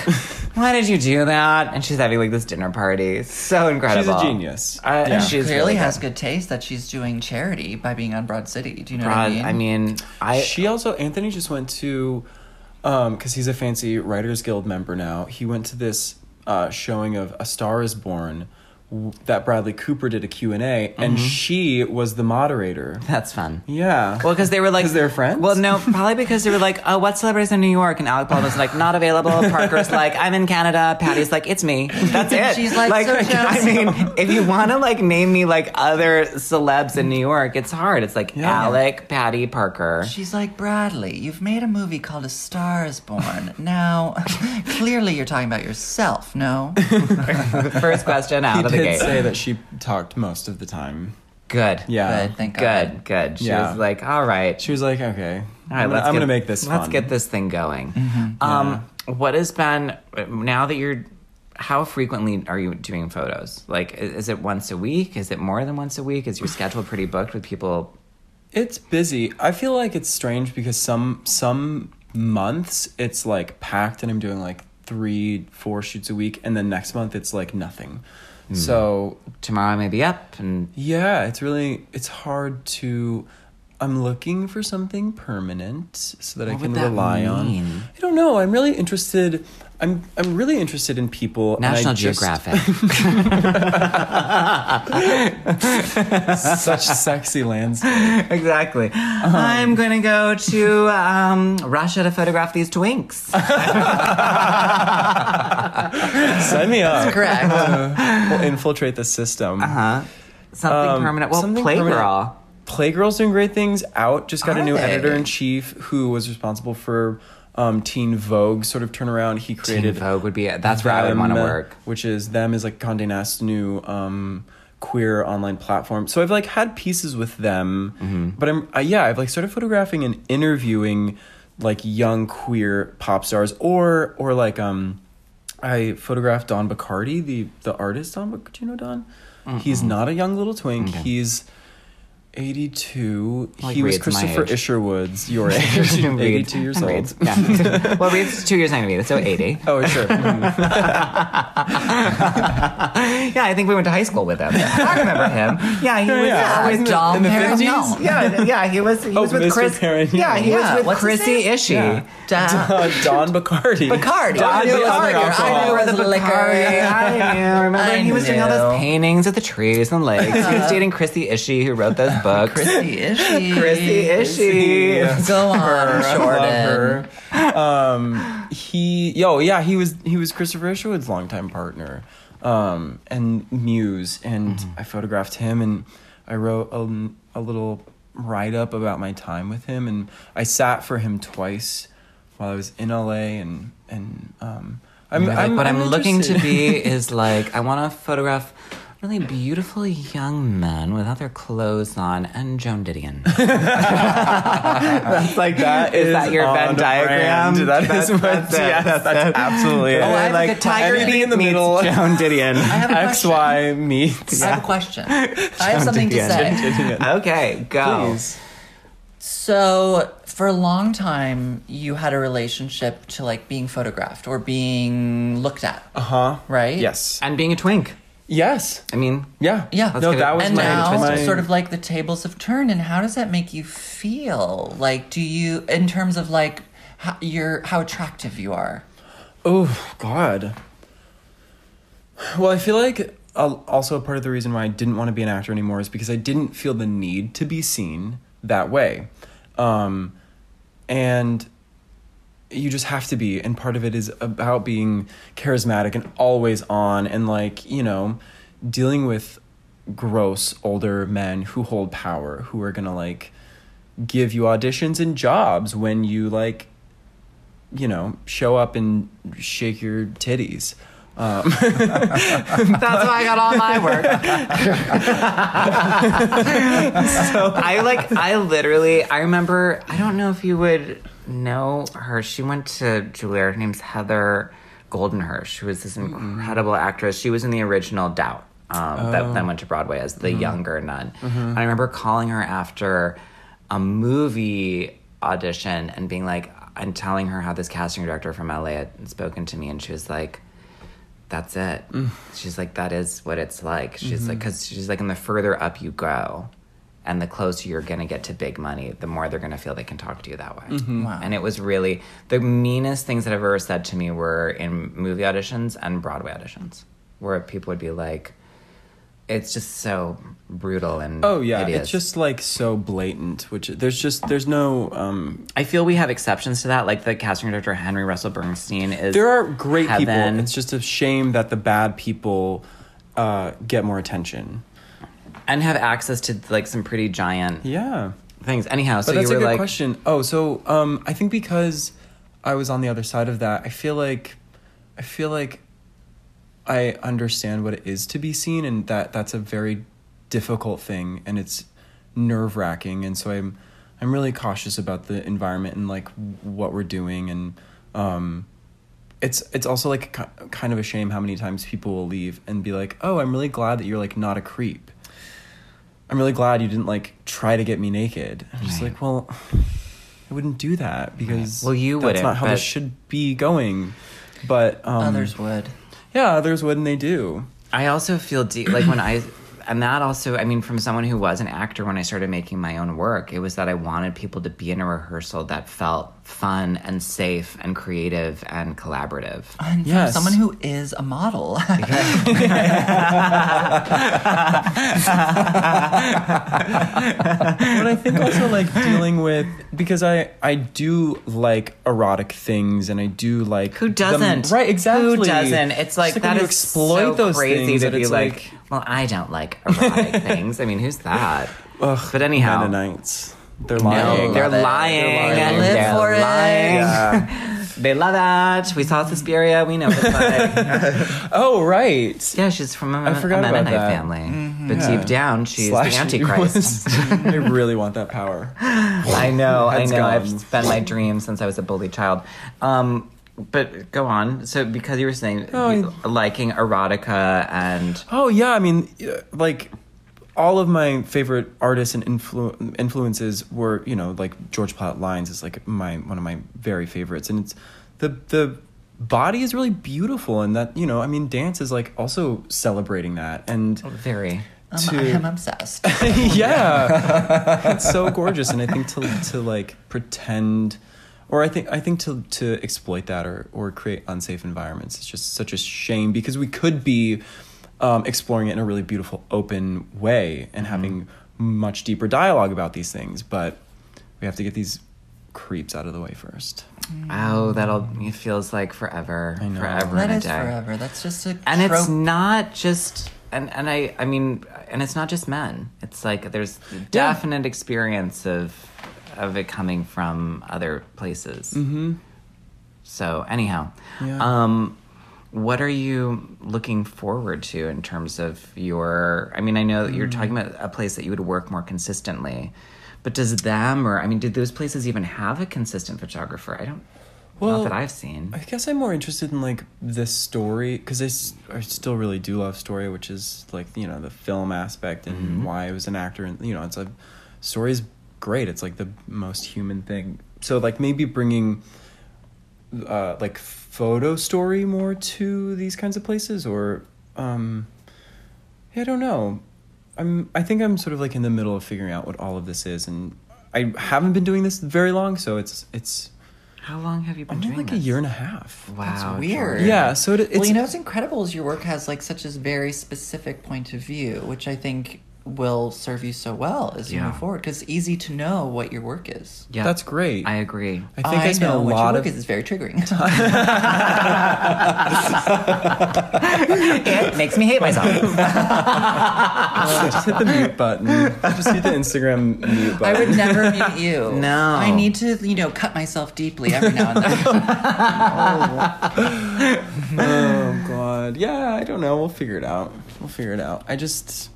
Speaker 1: why did you do that?" And she's having like this dinner party. So
Speaker 3: she's
Speaker 1: incredible.
Speaker 3: a genius.
Speaker 1: I,
Speaker 3: Yeah.
Speaker 1: She's
Speaker 2: Clearly
Speaker 1: really
Speaker 2: has
Speaker 1: good.
Speaker 2: good taste that she's doing charity by being on Broad City. Do you know what I
Speaker 1: Broad-
Speaker 2: mean?
Speaker 1: I mean, I
Speaker 3: she also Anthony just went to, um, because he's a fancy Writers Guild member now. He went to this uh, showing of A Star Is Born w- that Bradley Cooper did a Q and A, and she was the moderator.
Speaker 1: that's fun.
Speaker 3: Yeah.
Speaker 1: Well, because they were like,
Speaker 3: 'Cause they're friends?
Speaker 1: Well, no, probably because they were like, oh, what celebrities in New York? And Alec Baldwin's like, not available. Parker's like, I'm in Canada. Patty's like, it's me. That's it.
Speaker 2: She's like, so
Speaker 1: I
Speaker 2: jealous.
Speaker 1: mean, if you want to like name me like other celebs in New York, it's hard. It's like
Speaker 3: Yeah.
Speaker 1: Alec, Patty, Parker.
Speaker 2: She's like, Bradley, you've made a movie called A Star is Born. now, clearly you're talking about yourself, no?
Speaker 1: First question out
Speaker 3: he
Speaker 1: of the
Speaker 3: did
Speaker 1: gate.
Speaker 3: say that she talked most of the time.
Speaker 1: Good.
Speaker 3: Yeah.
Speaker 2: Good, thank God.
Speaker 1: Good. Good. She
Speaker 3: Yeah.
Speaker 1: was like, all right.
Speaker 3: She was like, okay,
Speaker 1: All right,
Speaker 3: I'm, gonna,
Speaker 1: let's
Speaker 3: I'm
Speaker 1: get-
Speaker 3: gonna make this.
Speaker 1: Let's
Speaker 3: fun.
Speaker 1: get this thing going. Um, What has been now that you're? How frequently are you doing photos? Like, i- is it once a week? Is it more than once a week? Is your schedule pretty booked with people?
Speaker 3: It's busy. I feel like it's strange because some some months it's like packed and I'm doing like three, four shoots a week, and then next month it's like nothing. So
Speaker 1: Tomorrow I may be up and
Speaker 3: yeah, it's really it's hard to. I'm looking for something permanent so that I
Speaker 1: What
Speaker 3: can
Speaker 1: would that
Speaker 3: rely on.
Speaker 1: mean?
Speaker 3: I don't know. I'm really interested. I'm I'm really interested in people. and I
Speaker 1: National
Speaker 3: just-
Speaker 1: Geographic.
Speaker 3: such sexy landscape.
Speaker 1: exactly.
Speaker 3: Uh-huh.
Speaker 1: I'm going to go to um, Russia to photograph these twinks.
Speaker 3: Sign me up.
Speaker 2: Correct.
Speaker 3: Uh, we'll infiltrate the system.
Speaker 1: Huh? Uh-huh. Something
Speaker 3: Um,
Speaker 1: permanent. Well,
Speaker 3: something
Speaker 1: Playgirl.
Speaker 3: permanent. Playgirl's doing great things. Out just got
Speaker 2: Are
Speaker 3: a new
Speaker 2: they?
Speaker 3: editor in chief who was responsible for um, Teen Vogue sort of turnaround. He
Speaker 1: Teen
Speaker 3: created
Speaker 1: Vogue would be it. That's where I would
Speaker 3: Them,
Speaker 1: want to work.
Speaker 3: which is them is like Condé Nast's new um, queer online platform. So I've like had pieces with them,
Speaker 1: Mm-hmm.
Speaker 3: but I'm I, yeah I've like started photographing and interviewing like young queer pop stars or or like um I photographed Don Bacardi the the artist Don Bac- do you know Don? He's not a young little twink. He's 82.
Speaker 1: Like
Speaker 3: he was
Speaker 1: Reed's my
Speaker 3: Christopher
Speaker 1: age.
Speaker 3: Isherwood's your age. 82 years old.
Speaker 1: Reed's. Yeah. well, Reed's two years younger than me, so 80.
Speaker 3: Oh, sure. Mhm.
Speaker 1: Yeah, I think we went to high school with him. I remember him. Yeah, he was
Speaker 3: yeah.
Speaker 1: always
Speaker 2: In the-
Speaker 1: Dom
Speaker 2: in the
Speaker 1: Perignon.
Speaker 2: 50s?
Speaker 1: Yeah, yeah, he was. He
Speaker 3: Oh,
Speaker 1: was with
Speaker 3: Mr.
Speaker 1: Chris.
Speaker 3: Perignon.
Speaker 1: Yeah, he
Speaker 2: Yeah,
Speaker 1: was with
Speaker 2: what's his
Speaker 1: Chrissy
Speaker 2: name?
Speaker 1: Ishii.
Speaker 3: Yeah.
Speaker 2: Duh.
Speaker 3: Uh, Don Bacardi.
Speaker 2: Bacardi.
Speaker 3: Don
Speaker 2: I knew it was
Speaker 3: Bacardi.
Speaker 2: liquor. I knew it was
Speaker 1: the
Speaker 2: liquor.
Speaker 1: Bacardi. I knew, remember?
Speaker 2: I
Speaker 1: he was doing all
Speaker 2: knew.
Speaker 1: those paintings of the trees and lakes. he was dating Chrissy Ishii, who wrote those books.
Speaker 2: Chrissy Ishii.
Speaker 1: Chrissy Ishii.
Speaker 2: Go on,
Speaker 3: I
Speaker 2: Jordan.
Speaker 3: love her. Um, he, yo, yeah, he was he was Christopher Isherwood's longtime partner, um, and muse, and
Speaker 2: Mm-hmm.
Speaker 3: I photographed him, and I wrote a, a little write up about my time with him, and I sat for him twice while I was in LA, and and um, I'm,
Speaker 1: You're like,
Speaker 3: I'm
Speaker 1: what I'm, looking to
Speaker 3: interested."
Speaker 1: be is like I want to photograph really beautiful young men without their clothes on and Joan Didion. that's like
Speaker 3: That
Speaker 1: is that your
Speaker 3: on
Speaker 1: Venn diagram?
Speaker 3: brand. That
Speaker 1: That's-
Speaker 3: is my
Speaker 1: that's it.
Speaker 3: yeah, that's, that's absolutely it.
Speaker 1: Oh, I have
Speaker 2: like
Speaker 1: a good tiger
Speaker 2: everything
Speaker 1: beat
Speaker 3: in the
Speaker 1: meets
Speaker 3: middle.
Speaker 1: Joan Didion.
Speaker 2: I have a
Speaker 3: X
Speaker 2: question.
Speaker 3: Y meets.
Speaker 2: I have a question. I have something to
Speaker 1: Didion.
Speaker 2: say.
Speaker 1: okay, go.
Speaker 3: Please.
Speaker 2: So, for a long time, you had a relationship to like being photographed or being looked at,
Speaker 3: Uh huh.
Speaker 2: right?
Speaker 3: Yes.
Speaker 1: And being a twink.
Speaker 3: Yes.
Speaker 1: I mean,
Speaker 3: Yeah.
Speaker 2: Yeah.
Speaker 3: No, that was
Speaker 2: and
Speaker 3: my,
Speaker 2: now
Speaker 3: my-
Speaker 2: sort of like the tables have turned. And how does that make you feel? Like, do you in terms of like how, your how attractive you are?
Speaker 3: Oh God. Well, I feel like uh, also part of the reason why I didn't want to be an actor anymore is because I didn't feel the need to be seen that way, um, and you just have to be. And part of it is about being charismatic and always on, and like you know, dealing with gross older men who hold power, who are gonna like give you auditions and jobs when you like you know, show up and shake your titties. Um,
Speaker 1: that's why I got all my work. I like, I literally, I remember, I don't know if you would know her. She went to Juilliard. Her name's Heather Goldenhirsch, who was this incredible actress. She was in the original Doubt um, that then went to Broadway as the younger nun. And I remember calling her after a movie audition and being like, and telling her how this casting director from LA had spoken to me. And she was like, that's it.
Speaker 3: Mm.
Speaker 1: She's like, that is what it's like.
Speaker 3: Mm-hmm.
Speaker 1: She's like, because she's like, and the further up you go, and the closer you're gonna get to big money, the more they're gonna feel they can talk to you that way.
Speaker 3: Mm-hmm.
Speaker 2: Wow.
Speaker 1: And it was really the meanest things that I've ever said to me were in movie auditions and Broadway auditions, where people would be like, "It's just so brutal and
Speaker 3: oh yeah,
Speaker 1: hideous.
Speaker 3: it's just like so blatant. Which there's just there's no. Um,
Speaker 1: I feel we have exceptions to that, like the casting director Henry Russell Bernstein is.
Speaker 3: there are great
Speaker 1: heaven.
Speaker 3: people. It's just a shame that the bad people uh, get more attention.
Speaker 1: and have access to like some pretty giant
Speaker 3: Yeah,
Speaker 1: things. Anyhow, so
Speaker 3: but that's
Speaker 1: you were
Speaker 3: a good
Speaker 1: like,
Speaker 3: question. Oh, so um, I think because I was on the other side of that, I feel like I feel like I understand what it is to be seen, and that that's a very difficult thing, and it's nerve wracking. And so I'm I'm really cautious about the environment and like what we're doing, and um, it's it's also like ki- kind of a shame how many times people will leave and be like, oh, I'm really glad that you're like not a creep. I'm really glad you didn't like try to get me naked. I'm just
Speaker 1: Right.
Speaker 3: like, well, I wouldn't do that because
Speaker 1: Well, you
Speaker 3: that's
Speaker 1: wouldn't,
Speaker 3: not how this
Speaker 1: but-
Speaker 3: should be going. But um,
Speaker 2: Others would.
Speaker 3: yeah, others would, and they do.
Speaker 1: I also feel deep, like when I, and that also, I mean, from someone who was an actor when I started making my own work, it was that I wanted people to be in a rehearsal that felt fun and safe and creative and collaborative.
Speaker 2: And from
Speaker 3: Yes.
Speaker 2: someone who is a model.
Speaker 3: but I think also like dealing with because I I do like erotic things and I do like
Speaker 1: Who
Speaker 3: them-
Speaker 1: doesn't?
Speaker 3: right exactly
Speaker 1: Who doesn't? It's like,
Speaker 3: when
Speaker 1: that
Speaker 3: you
Speaker 1: is so crazy to
Speaker 3: that
Speaker 1: be
Speaker 3: it's
Speaker 1: like, Well, I don't like erotic things. I mean, who's that? but anyhow,
Speaker 3: Mennonites. They're lying.
Speaker 1: they're
Speaker 2: Love it.
Speaker 1: lying.
Speaker 2: They're lying. Live
Speaker 1: They're
Speaker 2: for it.
Speaker 1: lying.
Speaker 3: Yeah.
Speaker 1: They love that. We saw Suspiria. We know. What it's like.
Speaker 3: oh right.
Speaker 1: yeah, she's from a,
Speaker 3: I
Speaker 1: a
Speaker 3: forgot about
Speaker 1: Mennonite
Speaker 3: that. Mm-hmm.
Speaker 1: family, but
Speaker 3: Yeah.
Speaker 1: deep down, she's
Speaker 3: Slash,
Speaker 1: the
Speaker 3: she
Speaker 1: Antichrist.
Speaker 3: was- I really want that power.
Speaker 1: I know, I
Speaker 3: Head's
Speaker 1: know.
Speaker 3: gone.
Speaker 1: I've been my dream since I was a bully child. Um, but go on. So because you were saying
Speaker 3: Oh,
Speaker 1: you- liking erotica and
Speaker 3: Oh yeah, I mean, uh, like all of my favorite artists and influ- influences were, you know, like George Platt Lines is like my one of my very favorites, and it's the the body is really beautiful, and that you know, I mean, dance is like also celebrating that, and
Speaker 1: very.
Speaker 2: Um,
Speaker 3: to
Speaker 2: I am obsessed.
Speaker 3: yeah, it's so gorgeous, and I think to to like pretend. Or I think I think to to exploit that or, or create unsafe environments is just such a shame because we could be um, exploring it in a really beautiful open way and having much deeper dialogue about these things, but we have to get these creeps out of the way first.
Speaker 1: Oh, that'll it feels like forever,
Speaker 3: know.
Speaker 1: forever
Speaker 2: That
Speaker 1: and a
Speaker 2: is
Speaker 1: day.
Speaker 2: forever. That's just a
Speaker 1: And
Speaker 2: trope.
Speaker 1: it's not just and and I I mean and it's not just men. It's like there's definite experience of of it coming from other places. Mm-hmm. So anyhow,
Speaker 3: Yeah.
Speaker 1: um, what are you looking forward to in terms of your? I mean, I know that
Speaker 3: Mm.
Speaker 1: you're talking about a place that you would work more consistently, but does them or I mean, did those places even have a consistent photographer? I don't. not
Speaker 3: Well,
Speaker 1: that I've seen.
Speaker 3: I guess I'm more interested in like the story because I, s- I still really do love story, which is like you know the film aspect and
Speaker 1: Mm-hmm.
Speaker 3: why I was an actor, and you know it's a story is great. It's like the most human thing. So like maybe bringing uh, like photo story more to these kinds of places, or um, yeah, I don't know. I'm I think I'm sort of like in the middle of figuring out what all of this is, and I haven't been doing this very long, so it's it's
Speaker 1: How long have you been
Speaker 3: only
Speaker 1: doing
Speaker 3: like a
Speaker 1: this?
Speaker 3: year and a half.
Speaker 1: Wow,
Speaker 2: That's weird.
Speaker 1: Jordan.
Speaker 3: Yeah, so it, it's
Speaker 2: well, you know, what's incredible is your work has like such a very specific point of view, which I think will serve you so well as you
Speaker 1: Yeah.
Speaker 2: move forward. Because it's easy to know what your work is.
Speaker 1: Yeah,
Speaker 3: that's great.
Speaker 1: I agree.
Speaker 3: I think I, spent a
Speaker 2: know what
Speaker 3: lot
Speaker 2: your work
Speaker 3: of
Speaker 2: is. It's very triggering.
Speaker 1: it makes me hate myself.
Speaker 3: just hit the mute button. Just hit the Instagram mute
Speaker 2: I
Speaker 3: button.
Speaker 2: would never meet you.
Speaker 1: No.
Speaker 2: I need to, you know, cut myself deeply every now and then.
Speaker 3: oh god. Yeah, I don't know. We'll figure it out. We'll figure it out. I just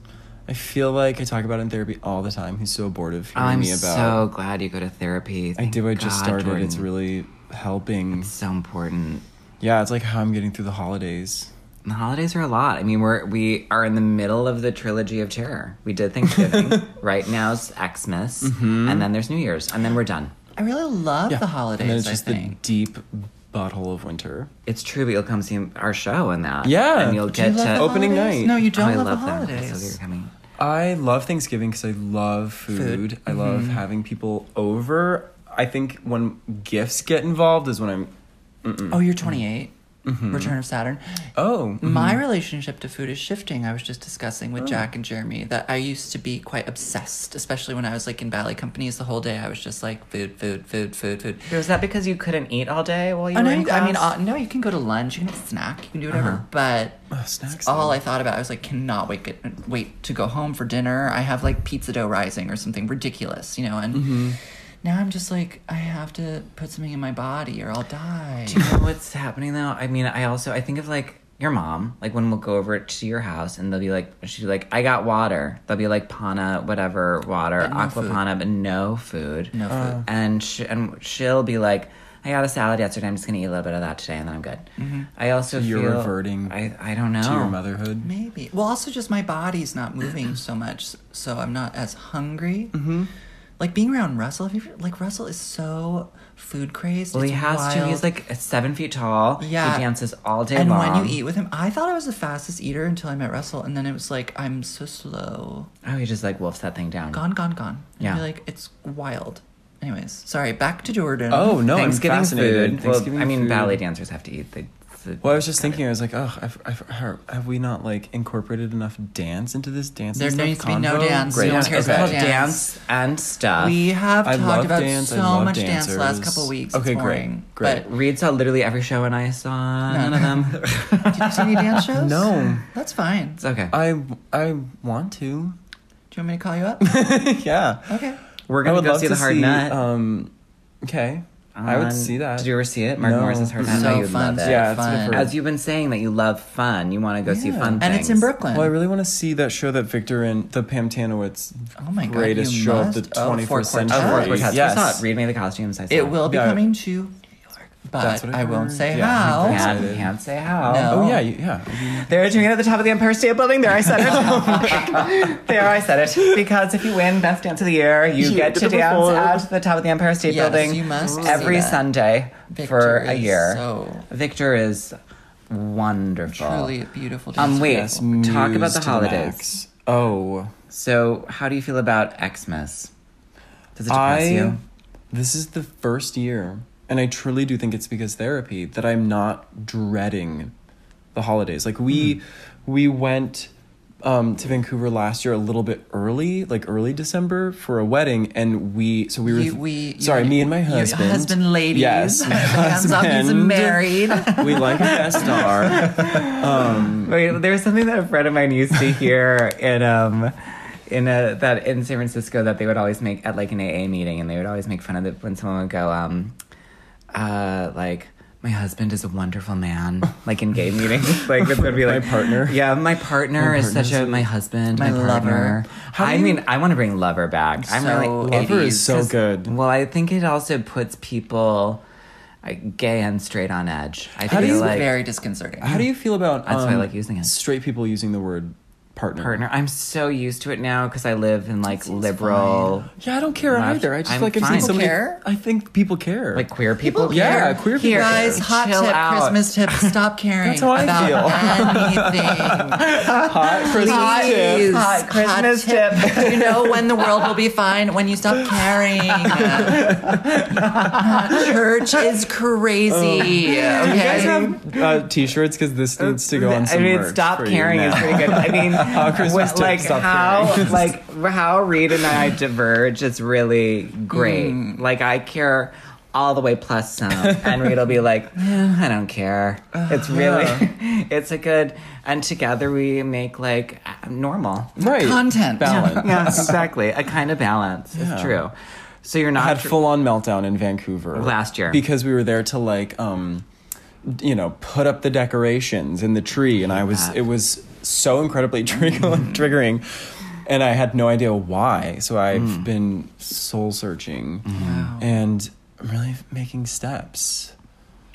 Speaker 3: I feel like I talk about it in therapy all the time. He's so bored of hearing
Speaker 1: I'm
Speaker 3: me about
Speaker 1: so glad you go to therapy.
Speaker 3: I
Speaker 1: Thank
Speaker 3: do I just
Speaker 1: God,
Speaker 3: started. It's
Speaker 1: Jordan.
Speaker 3: really helping.
Speaker 1: so important.
Speaker 3: Yeah, it's like how I'm getting through the holidays.
Speaker 1: The holidays are a lot. I mean, we're we are in the middle of the trilogy of terror. We did Thanksgiving. right now's Xmas,
Speaker 3: Mm-hmm.
Speaker 1: and then there's New Year's, and then we're done.
Speaker 2: I really love the holidays.
Speaker 3: And then it's just
Speaker 2: I
Speaker 3: the
Speaker 2: think.
Speaker 3: deep butthole of winter.
Speaker 1: It's true, but you'll come see our show and that.
Speaker 3: Yeah.
Speaker 1: and you'll
Speaker 3: Do
Speaker 2: Do
Speaker 1: get
Speaker 2: you love
Speaker 1: to Oh,
Speaker 2: the
Speaker 3: Opening
Speaker 2: holidays?
Speaker 3: night.
Speaker 2: No, you don't
Speaker 1: I
Speaker 2: love,
Speaker 1: love
Speaker 2: the
Speaker 1: them.
Speaker 2: holidays.
Speaker 1: So you're coming.
Speaker 3: I love Thanksgiving because I love food.
Speaker 2: Food. Mm-hmm.
Speaker 3: I love having people over. I think when gifts get involved is when I'm.
Speaker 1: Mm-hmm.
Speaker 2: Oh, you're 28.
Speaker 3: Mm-hmm.
Speaker 2: Return of Saturn.
Speaker 3: Oh,
Speaker 2: My relationship to food is shifting. I was just discussing with Jack and Jeremy that I used to be quite obsessed, especially when I was like in ballet companies the whole day. I was just like food, food, food, food, food.
Speaker 1: Was that because you couldn't eat all day while you Uh-huh.
Speaker 2: Oh,
Speaker 1: were
Speaker 2: no,
Speaker 1: in
Speaker 2: you, I mean,
Speaker 1: class?
Speaker 2: uh, no, you can go to lunch, you can snack, you can do whatever. But
Speaker 3: Oh, snacks.
Speaker 2: all
Speaker 3: though.
Speaker 2: I thought about, I was like, cannot wait, get, wait to go home for dinner. I have like pizza dough rising or something ridiculous, you know. And
Speaker 1: Mm-hmm.
Speaker 2: now I'm just like, I have to put something in my body or I'll die.
Speaker 1: Do you know what's happening though? I mean, I also I think of like your mom, like when we'll go over to your house and they'll be like she'll be like, I got water. They'll be like pana, whatever water,
Speaker 2: no food.
Speaker 1: aquapana, but no food.
Speaker 2: No food. Uh.
Speaker 1: And she, and she'll be like, I got a salad yesterday, I'm just gonna eat a little bit of that today and then I'm good.
Speaker 2: Mm-hmm.
Speaker 1: I also
Speaker 3: You're
Speaker 1: feel-
Speaker 3: reverting
Speaker 1: I, I don't know.
Speaker 3: to your motherhood.
Speaker 1: Mm-hmm.
Speaker 3: Mm-hmm.
Speaker 2: Maybe. Well, also just my body's not moving so much, so I'm not as hungry. like being around Russell. Have you ever- like Russell is so food crazed.
Speaker 1: Well, he
Speaker 2: It's
Speaker 1: has to.
Speaker 2: wild.
Speaker 1: He's like seven feet tall.
Speaker 2: Yeah.
Speaker 1: He dances all day
Speaker 2: and
Speaker 1: long.
Speaker 2: when you eat with him, I thought I was the fastest eater until I met Russell, and then it was like I'm so slow.
Speaker 1: Oh, he just like wolfs that thing down.
Speaker 2: Gone, gone, gone. And
Speaker 1: Yeah.
Speaker 2: you're like it's wild. Anyways, sorry. Back to Jordan.
Speaker 3: Oh no, I'm
Speaker 1: Thanksgiving
Speaker 3: fascinated.
Speaker 1: food.
Speaker 3: Thanksgiving
Speaker 1: well, I mean,
Speaker 3: food.
Speaker 1: ballet dancers have to eat. The, the,
Speaker 3: Well, I was just thinking, I was like, oh, I've, I've, have have we not like incorporated enough dance into this dance?
Speaker 2: There
Speaker 3: and stuff
Speaker 2: needs to be no
Speaker 3: convo?
Speaker 2: dance.
Speaker 3: Great.
Speaker 2: No one cares
Speaker 1: it's
Speaker 2: about
Speaker 1: called
Speaker 2: dance.
Speaker 1: dance and stuff.
Speaker 2: We have
Speaker 3: I
Speaker 2: talked
Speaker 3: love
Speaker 2: about
Speaker 3: dance, I
Speaker 2: so
Speaker 3: love
Speaker 2: much dance the last
Speaker 3: dancers.
Speaker 2: couple weeks.
Speaker 3: Okay,
Speaker 2: it's
Speaker 3: great,
Speaker 2: boring.
Speaker 3: great.
Speaker 2: But
Speaker 1: Reed saw literally every show, and I saw
Speaker 2: No.
Speaker 1: none of them.
Speaker 2: Did you see any dance shows? Uh,
Speaker 3: No.
Speaker 2: That's fine.
Speaker 1: it's okay.
Speaker 3: I I want to.
Speaker 2: Do you want me to call you up?
Speaker 3: yeah.
Speaker 2: Okay.
Speaker 1: We're
Speaker 3: I
Speaker 1: gonna
Speaker 3: would
Speaker 1: go
Speaker 3: love
Speaker 1: see
Speaker 3: to
Speaker 1: the Hard
Speaker 3: see,
Speaker 1: Nut.
Speaker 2: uh,
Speaker 3: Um, okay. I
Speaker 1: on-
Speaker 3: would see that.
Speaker 1: Did you ever see it? Mark
Speaker 3: No.
Speaker 1: Morrison's Hard Nut.
Speaker 2: so
Speaker 1: oh, you'd
Speaker 2: fun.
Speaker 1: love
Speaker 2: so
Speaker 1: it.
Speaker 3: Yeah, it's
Speaker 2: fun.
Speaker 3: different.
Speaker 1: As you've been saying that you love fun, you want to go see
Speaker 3: Yeah.
Speaker 1: fun
Speaker 3: And
Speaker 1: things.
Speaker 2: and it's in Brooklyn.
Speaker 3: well, I really want to see that show that Victor and the Pam Tanowitz
Speaker 2: Oh my God,
Speaker 3: greatest
Speaker 2: you
Speaker 3: show
Speaker 2: must.
Speaker 3: of the
Speaker 2: Oh,
Speaker 3: 21st
Speaker 2: for
Speaker 3: century.
Speaker 1: Oh,
Speaker 2: Quartet.
Speaker 1: of course, yes.
Speaker 3: Yes.
Speaker 1: I saw it. Read me the costumes. I saw
Speaker 2: it will be
Speaker 3: Yeah.
Speaker 2: coming to New York,
Speaker 3: That's
Speaker 2: but
Speaker 3: what
Speaker 2: I,
Speaker 3: I
Speaker 2: won't
Speaker 3: heard.
Speaker 2: say
Speaker 3: Yeah.
Speaker 2: how.
Speaker 3: Yeah.
Speaker 1: Can't,
Speaker 3: excited.
Speaker 1: can't say how.
Speaker 2: No.
Speaker 3: Oh yeah, you- yeah.
Speaker 1: They're doing it at the top of the Empire State Building. There, I said it. there, I said it. Because if you win Best Dance of the Year, you,
Speaker 3: You
Speaker 1: get
Speaker 3: get
Speaker 1: to
Speaker 3: to
Speaker 1: dance
Speaker 3: perform.
Speaker 1: at the top of the Empire State
Speaker 2: Yes,
Speaker 1: Building
Speaker 2: you must see
Speaker 1: every
Speaker 2: that.
Speaker 1: Sunday
Speaker 2: Victor
Speaker 1: for a
Speaker 2: is
Speaker 1: year.
Speaker 2: so-
Speaker 1: Victor is wonderful.
Speaker 2: Truly a beautiful.
Speaker 1: Um,
Speaker 2: dance
Speaker 1: wait.
Speaker 2: school.
Speaker 3: Yes,
Speaker 1: Talk about
Speaker 3: Muse
Speaker 1: the
Speaker 3: to
Speaker 1: holidays.
Speaker 3: max. Oh,
Speaker 1: So, how do you feel about Xmas? Does it depress
Speaker 3: I.
Speaker 1: you?
Speaker 3: This is the first year, and I truly do think it's because therapy that I'm not dreading the holidays. Like
Speaker 1: Hmm.
Speaker 3: we, we went um, to Vancouver last year a little bit early, like early December for a wedding, and we so we were
Speaker 2: You- we-
Speaker 3: sorry
Speaker 2: you-
Speaker 3: me and my
Speaker 2: you-
Speaker 3: husband
Speaker 2: husband, ladies.
Speaker 3: yes my
Speaker 2: Hands up, he's
Speaker 3: husband.
Speaker 2: married.
Speaker 3: we like a guest star
Speaker 1: Wait, there was something that a friend of mine used to hear in um in a that in San Francisco that they would always make at like an AA meeting and they would always make fun of it when someone would go, um uh like my husband is a wonderful man. Like in gay meetings, like it would be
Speaker 3: My
Speaker 1: like
Speaker 3: partner.
Speaker 1: Yeah, my partner is such a my husband, my,
Speaker 2: My lover.
Speaker 1: partner. I mean, I want to bring lover back. I'm
Speaker 2: So-
Speaker 1: really
Speaker 2: Lover
Speaker 3: is
Speaker 1: 80s,
Speaker 3: so
Speaker 1: 'cause-
Speaker 3: good.
Speaker 1: Well, I think it also puts people, uh, gay and straight, on edge. I
Speaker 3: do
Speaker 1: feel
Speaker 3: you-
Speaker 1: like
Speaker 2: very disconcerting.
Speaker 3: how do you feel about
Speaker 1: That's why I
Speaker 3: um,
Speaker 1: like using it.
Speaker 3: straight people using the word partner
Speaker 1: partner. I'm so used to it now because I live in like liberal,
Speaker 3: yeah I don't care
Speaker 1: Left.
Speaker 3: either I just
Speaker 1: I'm
Speaker 3: feel like I'm
Speaker 1: fine.
Speaker 3: seeing
Speaker 1: People
Speaker 3: somebody
Speaker 2: care?
Speaker 3: I think people care
Speaker 1: like queer people.
Speaker 2: People
Speaker 3: Yeah, queer people
Speaker 1: Here,
Speaker 2: Guys, hot
Speaker 1: chill
Speaker 2: tip,
Speaker 1: out.
Speaker 2: Christmas tip. Stop caring
Speaker 3: That's how I
Speaker 2: about anything.
Speaker 3: hot Christmas tip.
Speaker 2: Please,
Speaker 1: Hot Christmas tip.
Speaker 2: Do you know when the world will be fine? When you stop caring. Church is crazy.
Speaker 3: Oh.
Speaker 1: You guys
Speaker 2: okay.
Speaker 1: have-
Speaker 3: uh, t-shirts because this needs to go on some
Speaker 1: I mean,
Speaker 3: merch
Speaker 1: stop
Speaker 3: for you
Speaker 1: caring is
Speaker 3: now.
Speaker 1: pretty good. I mean,
Speaker 3: Christmas
Speaker 1: what-
Speaker 3: tip,
Speaker 1: like
Speaker 3: stop
Speaker 1: how
Speaker 3: caring.
Speaker 1: like how Reed and I diverge is really great.
Speaker 3: Mm.
Speaker 1: Like I care all the way plus some, and Reed will be like, "Eh, I don't care.
Speaker 3: Uh-huh.
Speaker 1: It's really, it's a good. And together we make like normal.
Speaker 3: right
Speaker 2: Content.
Speaker 3: balance
Speaker 1: yeah, exactly. A kind of balance. It's
Speaker 3: Yeah.
Speaker 1: true. So you're not
Speaker 3: I had
Speaker 1: tr-
Speaker 3: full on meltdown in Vancouver
Speaker 1: Last year.
Speaker 3: because we were there to like um you know put up the decorations in the tree and I was it was so incredibly triggering triggering and I had no idea why so I've
Speaker 1: Mm.
Speaker 3: been soul searching
Speaker 1: Mm-hmm.
Speaker 3: and I'm really making steps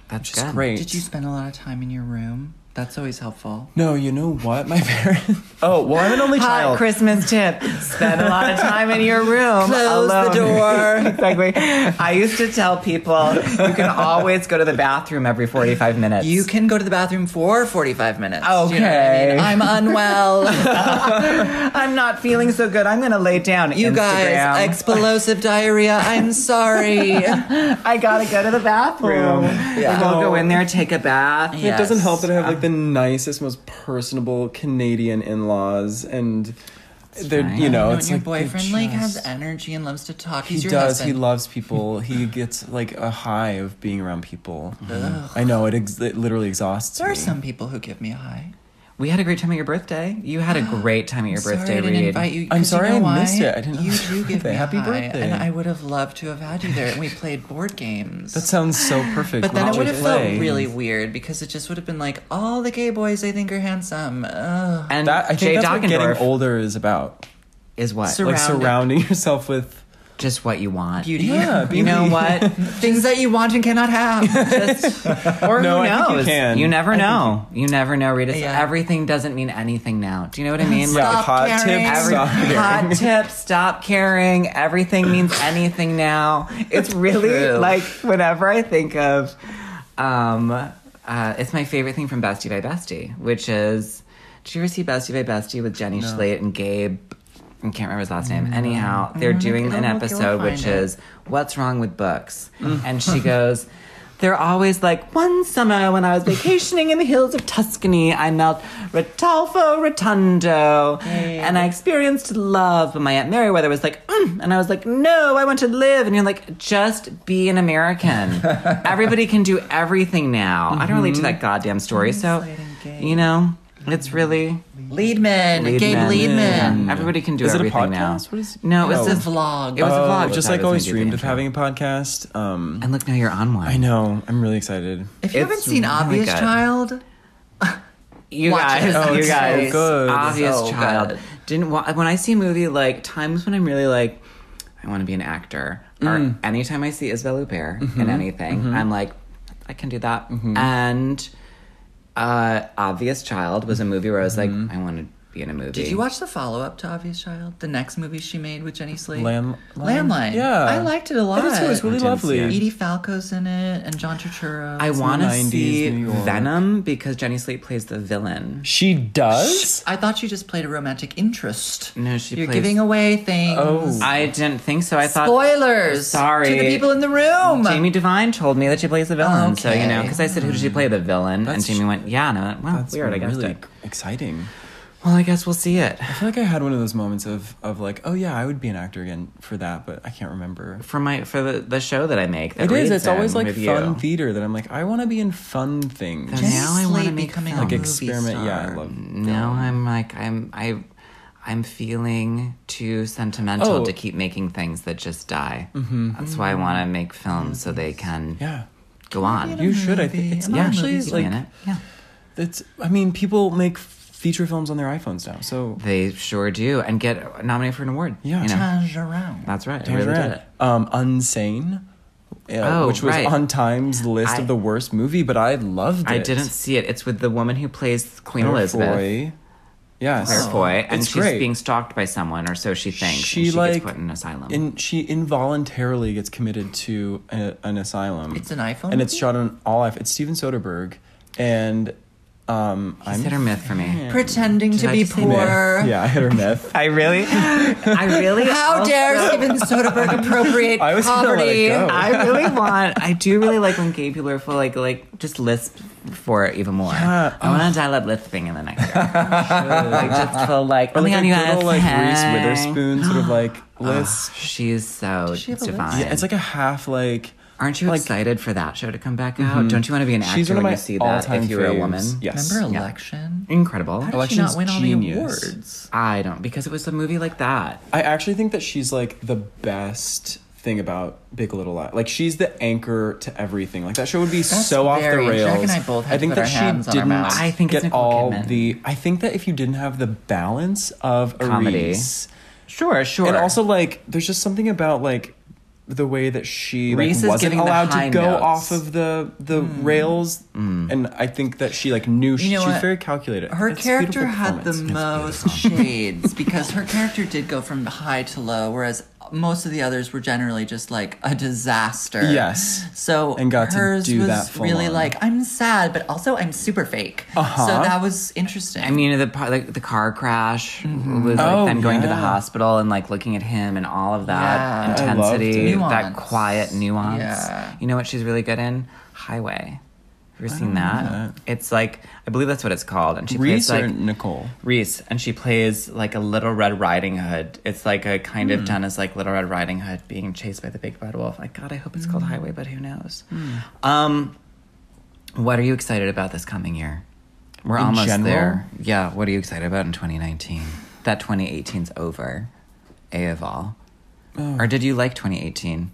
Speaker 1: That's
Speaker 3: which is
Speaker 1: good.
Speaker 3: great
Speaker 2: Did you spend a lot of time in your room? That's always helpful.
Speaker 3: no you know what my parents oh well I'm an only
Speaker 1: Hot
Speaker 3: child
Speaker 1: Christmas tip. Spend a lot of time in your room.
Speaker 2: Close the
Speaker 1: alone.
Speaker 2: door.
Speaker 1: exactly. I used to tell people you can always go to the bathroom every 45 minutes.
Speaker 2: You can go to the bathroom for 45 minutes. Do You know
Speaker 1: Okay.
Speaker 2: what I mean? I'm unwell.
Speaker 1: I'm not feeling so good. I'm going to lay down.
Speaker 2: You
Speaker 1: Instagram.
Speaker 2: guys, explosive diarrhea. I'm sorry.
Speaker 1: I got to go to the bathroom.
Speaker 3: yeah.
Speaker 1: We'll go in there, take a bath.
Speaker 2: Yeah.
Speaker 3: It doesn't
Speaker 2: Yes.
Speaker 3: help that I have like the nicest, most personable Canadian in-laws, and they're
Speaker 1: fine.
Speaker 3: you know,
Speaker 2: When
Speaker 3: it's
Speaker 2: your
Speaker 3: like they're
Speaker 2: boyfriend like has
Speaker 3: just-
Speaker 2: energy and loves to talk. He's
Speaker 3: He
Speaker 2: your
Speaker 3: does. He
Speaker 2: husband.
Speaker 3: loves people. He gets like a high of being around people. I know it, ex- it literally exhausts
Speaker 2: there
Speaker 3: me.
Speaker 2: are some people who give me a high.
Speaker 1: We had a great time at your birthday. You had a great time at your
Speaker 2: Sorry
Speaker 1: birthday,
Speaker 2: I didn't
Speaker 1: Reed.
Speaker 2: invite you.
Speaker 3: I'm
Speaker 2: 'cause you
Speaker 3: sorry
Speaker 2: know
Speaker 3: I
Speaker 2: why?
Speaker 3: missed it. I didn't
Speaker 2: You
Speaker 3: know
Speaker 2: do
Speaker 3: your
Speaker 2: give me
Speaker 3: birthday.
Speaker 2: a
Speaker 3: Happy
Speaker 2: high,
Speaker 3: birthday.
Speaker 2: and I would have loved to have had you there. And we played board games.
Speaker 3: That sounds so perfect.
Speaker 2: but then
Speaker 3: Why
Speaker 2: it would
Speaker 3: we
Speaker 2: have
Speaker 3: play?
Speaker 2: felt really weird because it just would have been like all the gay boys I think are handsome. Ugh.
Speaker 1: And
Speaker 3: That I
Speaker 1: Jay
Speaker 3: think that's what getting
Speaker 1: Dockendorf
Speaker 3: older is about.
Speaker 1: is what?
Speaker 2: Sur-
Speaker 3: Like
Speaker 2: Surrounded.
Speaker 3: surrounding yourself with
Speaker 1: just what you want.
Speaker 2: beauty.
Speaker 3: Yeah,
Speaker 1: You know
Speaker 3: beauty.
Speaker 1: what? Things that you want and cannot have. Just, or
Speaker 3: No,
Speaker 1: who
Speaker 3: I
Speaker 1: knows?
Speaker 3: think you can.
Speaker 1: never know. You never know, Rita. So
Speaker 2: Yeah.
Speaker 1: Everything doesn't mean anything now. Do you know what I mean?
Speaker 3: Yeah,
Speaker 2: Stop
Speaker 3: like hot
Speaker 2: caring.
Speaker 3: tips.
Speaker 1: Every,
Speaker 3: stop caring.
Speaker 1: hot tip, stop caring. Everything means anything now. It's really
Speaker 2: True.
Speaker 1: like whenever I think of, um, uh, it's my favorite thing from Bestie by Bestie, which is, did you ever see Bestie by Bestie with Jenny Slate and Gabe? I can't remember his last name. Anyhow, they're
Speaker 3: Mm-hmm.
Speaker 1: doing
Speaker 2: I
Speaker 1: an
Speaker 2: don't think you'll
Speaker 1: episode which
Speaker 2: find it.
Speaker 1: is what's wrong with books, and she goes. They're always like, one summer when I was vacationing in the hills of Tuscany, I met Rodolfo Rotundo and I experienced love. But my Aunt Meriwether was like, mm, and I was like, no, I want to live. And you're like, just be an American. Everybody can do everything now. I don't relate to that goddamn story. So,
Speaker 2: Gaslighting
Speaker 1: you know, it's really
Speaker 2: Leadman, Gabe
Speaker 1: Leadman.
Speaker 2: Leadman.
Speaker 1: Yeah. Everybody can do
Speaker 3: Is it a
Speaker 1: everything now.
Speaker 3: podcast? What is-
Speaker 1: no, it was
Speaker 2: It's
Speaker 1: just
Speaker 2: a vlog.
Speaker 1: It was a
Speaker 3: Oh,
Speaker 1: vlog.
Speaker 3: Just
Speaker 1: No, it
Speaker 3: like
Speaker 1: doesn't
Speaker 3: always
Speaker 1: do the
Speaker 3: dreamed of
Speaker 1: intro.
Speaker 3: having a podcast. Um,
Speaker 1: And look, now you're on one.
Speaker 3: I know. I'm really excited.
Speaker 2: if you haven't
Speaker 1: it's
Speaker 2: seen
Speaker 1: really
Speaker 2: Obvious
Speaker 1: good.
Speaker 2: Child,
Speaker 1: You
Speaker 2: Watch
Speaker 1: guys,
Speaker 2: it. Oh,
Speaker 1: you
Speaker 2: it's so
Speaker 1: guys,
Speaker 3: good.
Speaker 1: obvious
Speaker 2: So
Speaker 1: child.
Speaker 2: good.
Speaker 1: Didn't wa- when I see a movie like times when I'm really like, I want to be an actor.
Speaker 2: Mm.
Speaker 1: Or anytime I see Isabelle Huppert in
Speaker 2: Mm-hmm.
Speaker 1: anything, I'm like, I can do that. And uh, Obvious Child was a movie where I was like, I want to be in a movie.
Speaker 2: Mm-hmm. did you watch the follow up to Obvious Child? The next movie she made with Jenny Slate?
Speaker 3: Land-
Speaker 2: Landline.
Speaker 3: Yeah.
Speaker 2: I liked it a lot.
Speaker 3: It is, it was really
Speaker 1: I didn't see
Speaker 3: lovely.
Speaker 2: Edie Falco's in it and John Turturro.
Speaker 1: I want to
Speaker 3: 90s
Speaker 1: see
Speaker 3: New York.
Speaker 1: Venom because Jenny Slate plays the villain.
Speaker 3: She does?
Speaker 2: I thought you just played a romantic interest.
Speaker 1: No, she
Speaker 2: You're
Speaker 1: plays-
Speaker 2: giving away things.
Speaker 3: Oh.
Speaker 1: I didn't think so. I thought
Speaker 2: Spoilers.
Speaker 1: Sorry.
Speaker 2: to the people in the room.
Speaker 1: Jamie Devine told me that she plays the villain. So, you know,
Speaker 2: Okay.
Speaker 1: because I said, who did she play? The villain.
Speaker 3: That's-
Speaker 1: and Jamie went, yeah. And I went, well,
Speaker 3: That's
Speaker 1: weird. I guess
Speaker 3: really
Speaker 1: it.
Speaker 3: exciting.
Speaker 1: Well, I guess we'll see it.
Speaker 3: I feel like I had one of those moments of, of like, oh yeah, I would be an actor again for that, but I can't remember.
Speaker 1: For my for the, the show that I make. That
Speaker 3: It is.
Speaker 1: reads
Speaker 3: It's always
Speaker 1: in
Speaker 3: like
Speaker 1: with you.
Speaker 3: fun theater that I'm like, I want to be in fun things.
Speaker 1: Then
Speaker 2: Jenny
Speaker 1: now I want to
Speaker 2: Slate
Speaker 1: make
Speaker 2: becoming
Speaker 1: coming
Speaker 2: a
Speaker 1: films.
Speaker 3: like
Speaker 2: movie
Speaker 3: experiment. Yeah, I
Speaker 2: star.
Speaker 3: love.
Speaker 1: Um, Now I'm like I'm I, I'm feeling too sentimental
Speaker 3: Oh.
Speaker 1: to keep making things that just die. Mm-hmm. That's why I want to make films so they can
Speaker 3: Yeah,
Speaker 1: go on.
Speaker 3: you should. I think it's
Speaker 2: Am I
Speaker 1: yeah,
Speaker 3: actually
Speaker 1: movies,
Speaker 3: like
Speaker 1: man, yeah.
Speaker 3: it's. I mean, people make feature films on their iPhones now, so
Speaker 1: They sure do, and get nominated for an award.
Speaker 3: Yeah.
Speaker 1: you know.
Speaker 2: Tangerine.
Speaker 1: that's right. I
Speaker 3: Times
Speaker 1: really
Speaker 3: Ran.
Speaker 1: did it.
Speaker 3: Um, Unsane, yeah,
Speaker 1: Oh,
Speaker 3: which was
Speaker 1: right.
Speaker 3: on Time's list
Speaker 1: I-
Speaker 3: of the worst movie, but I loved it.
Speaker 1: I didn't see it. It's with the woman who plays Queen
Speaker 3: Claire
Speaker 1: Elizabeth.
Speaker 3: Foy. Yes.
Speaker 1: Claire Foy, and
Speaker 3: It's
Speaker 1: she's
Speaker 3: great.
Speaker 1: being stalked by someone, or so she thinks. and
Speaker 3: She,
Speaker 1: Oh. she
Speaker 3: like
Speaker 1: gets put in an asylum.
Speaker 3: And she involuntarily gets committed to a, an asylum.
Speaker 2: It's an iPhone
Speaker 3: and it's
Speaker 2: movie?
Speaker 3: shot on all iPhone. It's Steven Soderbergh, and um, I'm
Speaker 1: It's hit or myth for me.
Speaker 2: Pretending
Speaker 1: Did
Speaker 2: to
Speaker 1: I
Speaker 2: be
Speaker 1: just say
Speaker 2: poor.
Speaker 3: myth. Yeah, I hit or myth.
Speaker 1: I really, I really.
Speaker 2: How
Speaker 1: also-
Speaker 2: dare Steven Soderbergh appropriate
Speaker 3: I was gonna let
Speaker 2: poverty?
Speaker 3: it go.
Speaker 1: I really want. I do really like when gay people are full, like like just lisp for it even more.
Speaker 3: Yeah.
Speaker 1: I want to dial up lisping in the next year. like just full like.
Speaker 3: Or
Speaker 1: oh my
Speaker 3: like a
Speaker 1: God, you
Speaker 3: good old
Speaker 1: guys,
Speaker 3: like
Speaker 1: hey.
Speaker 3: Reese Witherspoon sort of like
Speaker 1: Oh,
Speaker 3: list.
Speaker 1: She's so
Speaker 2: she have a lisp?
Speaker 1: divine.
Speaker 3: Yeah, it's like a half like.
Speaker 1: Aren't you
Speaker 3: like- Mm-hmm.
Speaker 1: excited for that show to come back out? Don't you want to be an actor
Speaker 3: She's one of
Speaker 1: when
Speaker 3: my
Speaker 1: you see that
Speaker 3: all-time
Speaker 1: if you were a
Speaker 3: faves.
Speaker 1: woman?
Speaker 3: Yes.
Speaker 2: Remember election?
Speaker 1: Incredible.
Speaker 2: How did she
Speaker 3: Election's
Speaker 2: not win
Speaker 3: genius.
Speaker 2: all the awards?
Speaker 1: I don't because it was a movie like that.
Speaker 3: I actually think that she's like the best thing about Big Little Lies. Like she's the anchor to everything. Like that show would be so off the
Speaker 2: very- Jack
Speaker 3: rails.
Speaker 2: and I both had to
Speaker 3: think
Speaker 2: put our
Speaker 3: that
Speaker 2: hands on
Speaker 3: she
Speaker 2: our
Speaker 3: didn't.
Speaker 2: mouths.
Speaker 1: I think it's
Speaker 3: get
Speaker 1: Nicole
Speaker 3: all
Speaker 1: Kidman.
Speaker 3: the. I think that if you didn't have the balance of a
Speaker 1: Comedy.
Speaker 3: Reese,
Speaker 1: Sure, sure.
Speaker 3: and also like there's just something about like the way that she like,
Speaker 1: Reese is
Speaker 3: wasn't
Speaker 1: giving the
Speaker 3: allowed
Speaker 1: high
Speaker 3: to go
Speaker 1: notes. Hmm.
Speaker 3: off of the the rails, and I think that she like knew she,
Speaker 2: Hmm. You know
Speaker 3: she was
Speaker 2: what?
Speaker 3: very calculated.
Speaker 2: Her
Speaker 3: It's a
Speaker 2: character
Speaker 3: beautiful
Speaker 2: had the
Speaker 3: performance.
Speaker 2: most shades because her character did go from high to low, whereas most of the others were generally just like a disaster.
Speaker 3: Yes.
Speaker 2: So
Speaker 3: And got to
Speaker 2: hers
Speaker 3: do
Speaker 2: was
Speaker 3: that full
Speaker 2: really
Speaker 3: on.
Speaker 2: like I'm sad, but also I'm super fake.
Speaker 3: Uh-huh.
Speaker 2: So that was interesting.
Speaker 1: I mean, the par- like the car crash was like
Speaker 3: Oh,
Speaker 1: them going to the
Speaker 3: yeah.
Speaker 1: hospital and like looking at him and all of that
Speaker 3: Yeah. I loved
Speaker 1: intensity,
Speaker 3: it.
Speaker 1: that
Speaker 2: Nuance.
Speaker 1: quiet nuance.
Speaker 2: Yeah.
Speaker 1: You know what she's really good in? Highway. Have you ever seen that? It's like I believe that's what it's called, and she
Speaker 3: Reese
Speaker 1: plays
Speaker 3: or
Speaker 1: like
Speaker 3: Nicole.
Speaker 1: Reese, and she plays like a Little Red Riding Hood. It's like a kind
Speaker 3: Hmm.
Speaker 1: of done as like Little Red Riding Hood being chased by the big bad wolf. Like God, I hope it's
Speaker 3: Hmm.
Speaker 1: called Highway, but who knows? Um, what are you excited about this coming year? We're
Speaker 3: In
Speaker 1: almost
Speaker 3: general?
Speaker 1: there. Yeah. What are you excited about in 2019? That 2018's over, a of all. Or did you like 2018?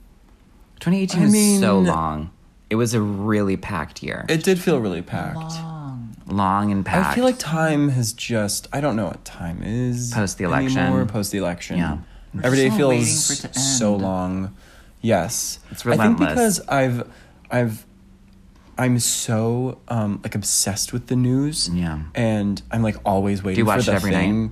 Speaker 1: 2018
Speaker 3: Oh. I
Speaker 1: was so
Speaker 3: mean-
Speaker 1: long. It was a really packed year,
Speaker 3: It did feel really packed.
Speaker 1: long and packed.
Speaker 3: I feel like time has just I don't know what time is
Speaker 1: Post the election.
Speaker 3: anymore, post the election.
Speaker 1: Yeah.
Speaker 3: Every day
Speaker 2: still
Speaker 3: feels
Speaker 2: waiting for it to
Speaker 3: so
Speaker 2: end.
Speaker 3: long. Yes,
Speaker 1: It's
Speaker 3: I think
Speaker 1: relentless.
Speaker 3: because I've, I've, I'm so um like obsessed with the news.
Speaker 1: Yeah.
Speaker 3: and I'm like always waiting.
Speaker 1: watch
Speaker 3: for
Speaker 1: it
Speaker 3: the
Speaker 1: every
Speaker 3: thing.
Speaker 1: night?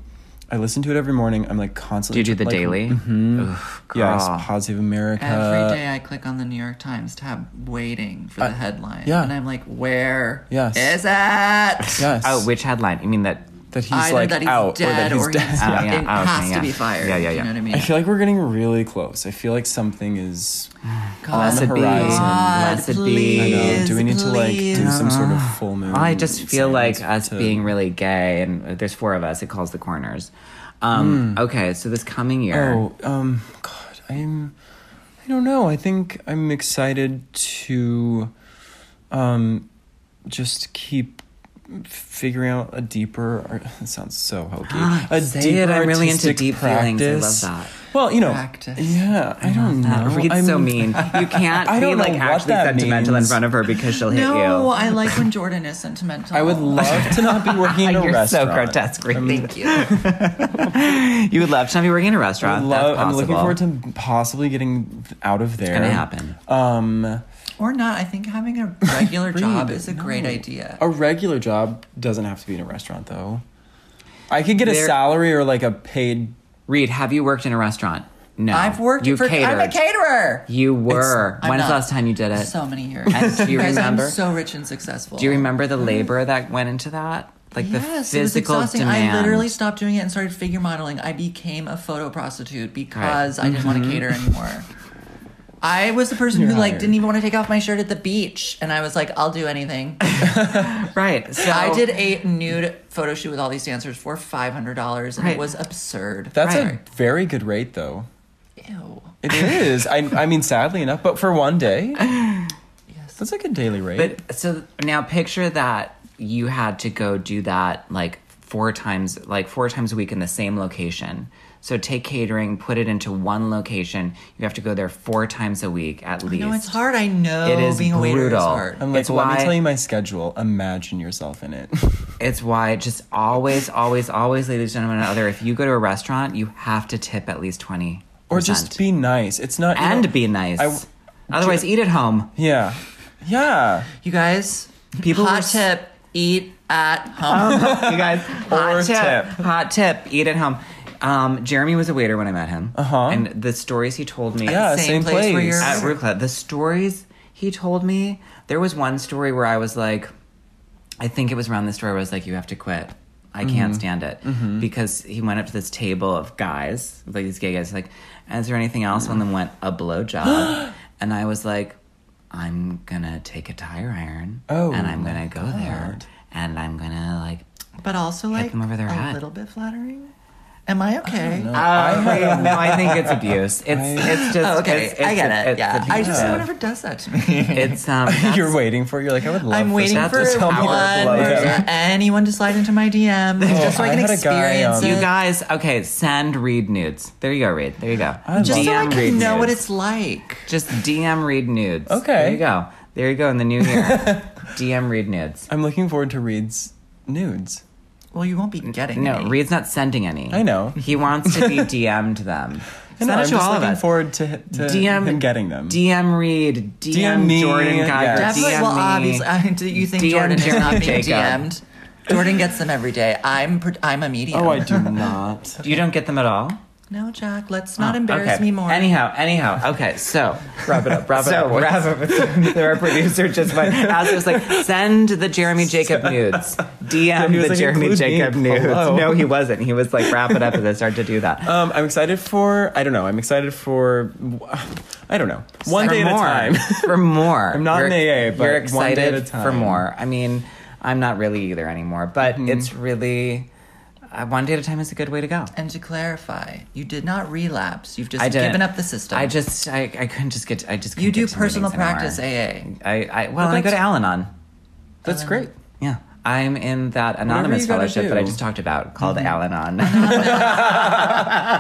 Speaker 3: I listen to it every morning. I'm like
Speaker 1: Do
Speaker 3: constantly.
Speaker 1: you do the
Speaker 3: like,
Speaker 1: daily? Mm-hmm.
Speaker 3: Yes, Positive America.
Speaker 2: Every day I click on the New York Times tab waiting for the
Speaker 3: uh, I-
Speaker 2: headline.
Speaker 3: yeah.
Speaker 2: And I'm like, where is
Speaker 3: Yes.
Speaker 2: it?
Speaker 3: Yes.
Speaker 1: Oh, which headline? You mean that?
Speaker 3: that he's
Speaker 2: Either
Speaker 3: like
Speaker 2: that he's
Speaker 3: out
Speaker 2: dead
Speaker 3: or that he's dead.
Speaker 1: Oh,
Speaker 2: he's-
Speaker 1: yeah.
Speaker 2: it
Speaker 1: Oh, okay,
Speaker 2: has
Speaker 1: yeah.
Speaker 2: to be fired.
Speaker 1: Yeah, yeah, yeah.
Speaker 2: You know what I mean?
Speaker 3: I feel like we're getting really close. I feel like something is.
Speaker 2: God,
Speaker 3: Blessed be.
Speaker 2: God,
Speaker 1: Blessed be.
Speaker 3: I know.
Speaker 2: please,
Speaker 3: Do we need to like do
Speaker 2: please.
Speaker 3: some sort of full moon?
Speaker 1: I just feel like us
Speaker 3: to-
Speaker 1: being really gay, and there's four of us. It calls the corners. Um, Okay, so this coming year,
Speaker 3: Mm. Oh, um, God, I'm. I don't know. I think I'm excited to, um, just keep figuring out a deeper. art- It sounds so hokey. A
Speaker 1: Ah, Say
Speaker 3: deeper
Speaker 1: it, I'm really into
Speaker 3: artistic
Speaker 1: deep feelings. I love
Speaker 3: practice.
Speaker 1: that.
Speaker 3: Well, you know,
Speaker 2: Practice.
Speaker 3: Yeah, I, don't
Speaker 1: that
Speaker 3: know.
Speaker 1: reads
Speaker 3: I'm-
Speaker 1: so mean. You can't
Speaker 3: I
Speaker 1: be
Speaker 3: don't know
Speaker 1: like
Speaker 3: what
Speaker 1: actually
Speaker 3: that
Speaker 1: sentimental in
Speaker 3: means.
Speaker 1: front of her because she'll hit
Speaker 2: No,
Speaker 1: you.
Speaker 2: I like when Jordan is sentimental.
Speaker 3: I would love to not be working in a
Speaker 1: You're
Speaker 3: restaurant.
Speaker 1: so grotesque. Right?
Speaker 2: Thank you.
Speaker 1: You would love to not be working in a
Speaker 3: I
Speaker 1: restaurant.
Speaker 3: love.
Speaker 1: That's
Speaker 3: I'm looking
Speaker 1: possible.
Speaker 3: forward to possibly getting out of there.
Speaker 1: gonna happen.
Speaker 3: Um,
Speaker 2: Or not. I think having a regular job
Speaker 3: Breathe.
Speaker 2: is a
Speaker 3: No.
Speaker 2: great idea.
Speaker 3: A regular job doesn't have to be in a restaurant, though. I could get
Speaker 1: There-
Speaker 3: a salary or like a paid.
Speaker 1: Reed, have you worked in a restaurant? No,
Speaker 2: I've worked
Speaker 1: You
Speaker 2: for. I'm a
Speaker 1: catered.
Speaker 2: caterer.
Speaker 1: You were.
Speaker 2: I'm
Speaker 1: When's the
Speaker 2: not.
Speaker 1: last time you did it?
Speaker 2: So many years.
Speaker 1: And do you
Speaker 2: Guys,
Speaker 1: remember?
Speaker 2: I'm so rich and successful.
Speaker 1: Do you remember the labor that went into that? Like
Speaker 2: yes,
Speaker 1: the physical
Speaker 2: it was exhausting.
Speaker 1: demand.
Speaker 2: I literally stopped doing it and started figure modeling. I became a photo prostitute because I didn't want to cater
Speaker 1: Mm-hmm.
Speaker 2: anymore. I was the person who
Speaker 3: You're
Speaker 2: like
Speaker 3: hired.
Speaker 2: didn't even want to take off my shirt at the beach, and I was like, "I'll do anything."
Speaker 1: right. So
Speaker 2: I did a nude photo shoot with all these dancers for five hundred dollars, and
Speaker 1: Right.
Speaker 2: it was absurd.
Speaker 3: That's
Speaker 1: Right.
Speaker 3: a very good rate, though.
Speaker 2: ew.
Speaker 3: It is. I, I mean, sadly enough, but for one day,
Speaker 2: Yes.
Speaker 3: that's like a daily rate.
Speaker 1: But so now picture that you had to go do that like four times like four times a week in the same location. So take catering, put it into one location. You have to go there four times a week at least.
Speaker 2: No, it's hard. I know
Speaker 1: It is
Speaker 2: being a waiter
Speaker 1: brutal.
Speaker 2: is hard.
Speaker 3: I'm like,
Speaker 1: it's
Speaker 3: let
Speaker 1: why-
Speaker 3: me tell you my schedule. Imagine yourself in it.
Speaker 1: It's why just always, always, always, ladies, gentlemen, and other, if you go to a restaurant, you have to tip at least twenty.
Speaker 3: or just be nice. It's not. you
Speaker 1: and
Speaker 3: know-
Speaker 1: be nice.
Speaker 3: I-
Speaker 1: Otherwise, eat at home.
Speaker 3: Yeah. Yeah.
Speaker 2: You guys,
Speaker 1: People
Speaker 2: hot
Speaker 1: were s- Um,
Speaker 2: tip: eat at home.
Speaker 1: you guys. Hot
Speaker 3: Or
Speaker 1: tip,
Speaker 3: tip.
Speaker 1: Hot tip. Eat at home. Um, Jeremy was a waiter when I met him.
Speaker 3: Uh-huh.
Speaker 1: And the stories he told me
Speaker 3: Yeah.
Speaker 2: Same
Speaker 3: same
Speaker 2: place where
Speaker 3: place.
Speaker 2: you're
Speaker 1: at Root Club, the stories he told me, there was one story where I was like, I think it was around this story where I was like, you have to quit. I
Speaker 3: Mm-hmm.
Speaker 1: can't stand it. Because he went up to this table of guys, like these gay guys, like, is there anything else? One of them went, a blowjob. and I was like, I'm gonna take a tire iron.
Speaker 3: Oh,
Speaker 1: And I'm
Speaker 3: my
Speaker 1: gonna go there.
Speaker 3: God.
Speaker 1: And I'm gonna like
Speaker 2: But also, like
Speaker 1: them over their
Speaker 2: a
Speaker 1: head.
Speaker 2: little bit flattering. Am I okay?
Speaker 3: No,
Speaker 1: I
Speaker 3: I,
Speaker 1: no, I think it's abuse. It's it's just
Speaker 2: Oh, okay,
Speaker 1: it's- it's-
Speaker 2: I get it.
Speaker 1: it's
Speaker 2: yeah, I just
Speaker 1: abusive.
Speaker 2: no one ever does that to me.
Speaker 1: it's um that's-
Speaker 3: you're waiting for. You're like, I would love.
Speaker 2: I'm
Speaker 3: for
Speaker 2: waiting for
Speaker 3: someone to tell me
Speaker 1: how
Speaker 2: one
Speaker 3: they're blowjob.
Speaker 2: person, anyone to slide into my DM
Speaker 1: Oh,
Speaker 2: just so I
Speaker 3: I
Speaker 2: can
Speaker 3: had a guy,
Speaker 2: experience
Speaker 3: um,
Speaker 2: it.
Speaker 1: You guys, okay, send Reed nudes. There you go, Reed. There you go.
Speaker 2: just so I
Speaker 1: Reed
Speaker 2: can know
Speaker 1: nudes.
Speaker 2: what it's like.
Speaker 1: Just DM Reed nudes.
Speaker 3: Okay.
Speaker 1: There you go. There you go in the new year. DM Reed nudes.
Speaker 3: I'm looking forward to Reed's nudes.
Speaker 2: Well, you won't be getting
Speaker 1: No,
Speaker 2: any.
Speaker 1: Reed's not sending any.
Speaker 3: I know.
Speaker 1: He wants to be DM'd them.
Speaker 3: I
Speaker 1: Send
Speaker 3: know,
Speaker 1: it
Speaker 3: I'm
Speaker 1: to
Speaker 3: just
Speaker 1: all of
Speaker 3: looking
Speaker 1: us.
Speaker 3: forward to, to
Speaker 1: DM
Speaker 3: him getting them.
Speaker 1: DM Reed. DM,
Speaker 3: me,
Speaker 1: Jordan Geiger.
Speaker 3: yes.
Speaker 2: Definitely.
Speaker 1: DM
Speaker 2: well,
Speaker 1: me.
Speaker 2: obviously, I mean, do you think
Speaker 1: DM
Speaker 2: Jordan is not being
Speaker 1: Jacob.
Speaker 2: DM'd? Jordan gets them every day. I'm pr- I'm a medium.
Speaker 3: Oh, I do not.
Speaker 1: You don't get them at all.
Speaker 2: No, Jack. Let's not
Speaker 1: Oh,
Speaker 2: embarrass
Speaker 1: okay.
Speaker 2: me more.
Speaker 1: Anyhow, anyhow. Okay, so
Speaker 3: wrap it up. Wrap it
Speaker 1: so
Speaker 3: up. boys.
Speaker 1: wrap up. Our producer just went. As was like, send the Jeremy Jacob nudes. DM
Speaker 3: he was
Speaker 1: the
Speaker 3: like,
Speaker 1: Jeremy
Speaker 3: "Include me."
Speaker 1: Jacob nudes.
Speaker 3: Hello.
Speaker 1: No, he wasn't. He was like, wrap it up as I started to do that.
Speaker 3: Um, I'm excited for. I don't know. I'm excited for. I don't know. One
Speaker 1: For
Speaker 3: day
Speaker 1: more.
Speaker 3: at a time.
Speaker 1: for more. I'm
Speaker 3: not an AA, but
Speaker 1: you're
Speaker 3: one
Speaker 1: excited
Speaker 3: day at a
Speaker 1: for
Speaker 3: time. Mm-hmm.
Speaker 1: more. I mean, I'm not really either anymore, but it's really uh, one day at a time is a good way to go.
Speaker 2: And to clarify, you did not relapse. You've
Speaker 1: I
Speaker 2: just
Speaker 1: didn't-
Speaker 2: given up the system.
Speaker 1: I just, I, I couldn't just get. I just couldn't
Speaker 2: you do
Speaker 1: get to
Speaker 2: personal
Speaker 1: meetings anymore.
Speaker 2: practice AA.
Speaker 1: I, I well,
Speaker 3: Well,
Speaker 1: I go to
Speaker 3: that's-
Speaker 1: Al-Anon.
Speaker 3: That's great.
Speaker 1: Yeah. I'm in that anonymous
Speaker 3: you gotta
Speaker 1: fellowship that I
Speaker 3: do. Mm-hmm.
Speaker 1: just talked about called Al-Anon.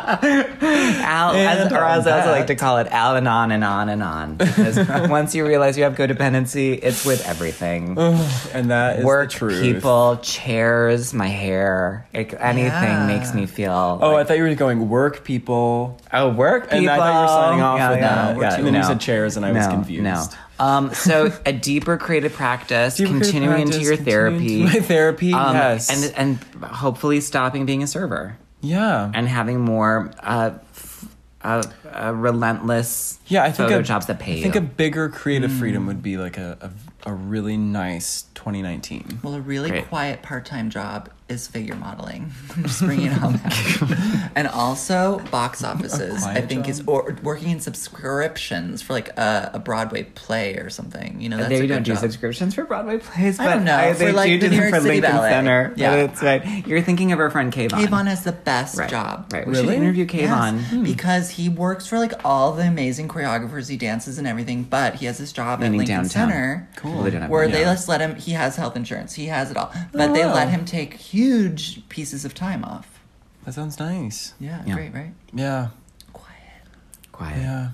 Speaker 1: Al, as,
Speaker 3: And
Speaker 1: or as
Speaker 3: on
Speaker 1: I also like
Speaker 3: that-
Speaker 1: to call it, Al-Anon and on and on. Because once you realize you have codependency, it's with everything.
Speaker 3: and that is
Speaker 1: Work,
Speaker 3: the truth.
Speaker 1: people, chairs, my hair, like, anything
Speaker 2: Yeah.
Speaker 1: makes me feel.
Speaker 3: Oh,
Speaker 1: like,
Speaker 3: I thought you were going work people.
Speaker 1: Oh, work people.
Speaker 3: And I thought you were signing off with that.
Speaker 1: we're
Speaker 3: Yeah,
Speaker 1: too-
Speaker 3: and then you said chairs and I was
Speaker 1: No,
Speaker 3: confused.
Speaker 1: No. Um, so a deeper creative practice, continuing into your therapy.
Speaker 3: My therapy,
Speaker 1: um,
Speaker 3: yes.
Speaker 1: And and hopefully stopping being a server
Speaker 3: yeah.
Speaker 1: and having more uh, f- uh, uh, relentless
Speaker 3: yeah, I think
Speaker 1: photo
Speaker 3: a,
Speaker 1: jobs that pay
Speaker 3: I think
Speaker 1: you.
Speaker 3: a bigger creative freedom would be like a, a, a really nice 2019.
Speaker 2: Well, a really
Speaker 1: Great.
Speaker 2: quiet part-time job is figure modeling. I'm just bringing it all back. and also box offices. I
Speaker 3: quiet
Speaker 2: think
Speaker 3: job?
Speaker 2: is or working in subscriptions for like a, a Broadway play or something. You know, that's
Speaker 1: they
Speaker 2: a
Speaker 1: don't
Speaker 2: good
Speaker 1: do
Speaker 2: job.
Speaker 1: subscriptions for Broadway plays, but
Speaker 2: I don't know, for,
Speaker 1: they
Speaker 2: like,
Speaker 1: do
Speaker 2: the
Speaker 1: do
Speaker 2: New
Speaker 1: them
Speaker 2: York
Speaker 1: for
Speaker 2: City
Speaker 1: Lincoln
Speaker 2: Ballet.
Speaker 1: Center. but
Speaker 2: Yeah.
Speaker 1: it's right. You're thinking of our friend Kayvon.
Speaker 2: Kayvon has the best
Speaker 1: right.
Speaker 2: job.
Speaker 1: Right. We
Speaker 3: Really?
Speaker 1: should interview
Speaker 2: Yes,
Speaker 1: Kayvon. Hmm.
Speaker 2: because he works for like all the amazing choreographers, he dances and everything, but he has this job at
Speaker 1: Running
Speaker 2: Lincoln
Speaker 1: downtown.
Speaker 2: Center.
Speaker 1: Cool. They don't have
Speaker 2: where
Speaker 1: one,
Speaker 2: they
Speaker 1: yeah. Oh.
Speaker 2: just let him he has health insurance he has it all but they
Speaker 3: wow.
Speaker 2: let him take huge pieces of time off
Speaker 3: That sounds nice.
Speaker 2: yeah,
Speaker 1: Yeah.
Speaker 2: great right
Speaker 3: Yeah.
Speaker 2: quiet
Speaker 1: Quiet.
Speaker 3: Yeah.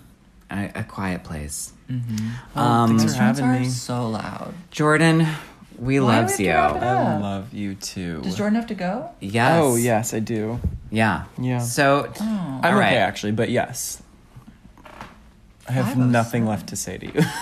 Speaker 1: A, a quiet place. Um,
Speaker 3: Oh, thanks for
Speaker 2: Restaurants
Speaker 3: having
Speaker 2: are
Speaker 3: me.
Speaker 2: so loud
Speaker 1: Jordan, we
Speaker 2: Why
Speaker 1: loves
Speaker 2: would
Speaker 1: you.
Speaker 2: wrap it up?
Speaker 3: I love you too.
Speaker 2: does jordan have to go
Speaker 1: Yes.
Speaker 3: Oh, yes, I do.
Speaker 1: Yeah.
Speaker 3: Yeah.
Speaker 1: So
Speaker 2: oh
Speaker 3: I'm
Speaker 1: All right.
Speaker 3: okay actually, but yes. I have
Speaker 2: Five oh
Speaker 3: nothing left to say to you.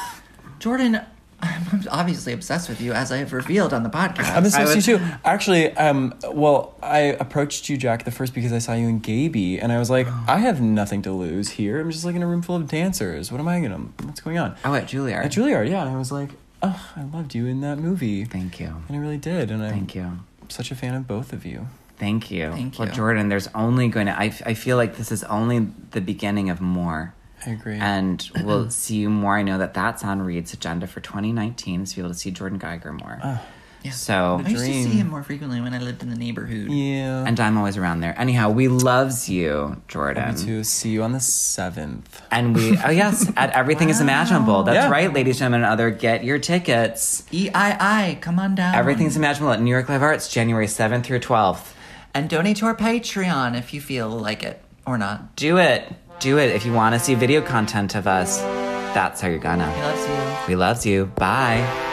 Speaker 2: jordan i'm obviously obsessed with you as i have revealed on the podcast
Speaker 3: I'm obsessed
Speaker 1: I
Speaker 3: with you too. Actually, um, well, I approached you, Jack, the first because I saw you in Gaby, and I was like,
Speaker 1: Oh.
Speaker 3: I have nothing to lose here. I'm just like in a room full of dancers. What am I gonna? What's going on?
Speaker 1: Oh, at Juilliard.
Speaker 3: At Juilliard, yeah. And I was like, oh, I loved you in that movie, and
Speaker 1: Thank you.
Speaker 3: I really did. And I'm
Speaker 1: Thank you.
Speaker 3: such a fan of both of you.
Speaker 1: Thank you.
Speaker 2: Thank
Speaker 1: Well,
Speaker 2: you.
Speaker 1: Jordan, there's only going to, I, I feel like this is only the beginning of more.
Speaker 3: I agree.
Speaker 1: And we'll see you more. I know that that's on Reed's agenda for 2019 is to be able to see Jordan Geiger more.
Speaker 3: Ah.
Speaker 2: Yeah.
Speaker 1: So,
Speaker 2: I used to see
Speaker 3: dream.
Speaker 2: him more frequently when i lived in the neighborhood
Speaker 3: yeah.
Speaker 1: and I'm always around there. Anyhow, we loves you,
Speaker 3: Happy
Speaker 1: Jordan.
Speaker 3: to see you on the seventh.
Speaker 1: And we, oh yes, at Everything is Imaginable. That's
Speaker 3: Yeah.
Speaker 1: right, ladies, gentlemen, and other, get your tickets.
Speaker 2: e-i-i E come on down
Speaker 1: Everything's Imaginable at New York Live Arts, January 7th through 12th.
Speaker 2: and donate to our patreon if you feel like it or not
Speaker 1: Do it. Do it. If you want to see video content of us, that's how you're gonna.
Speaker 2: he loves you
Speaker 1: We loves you. Bye.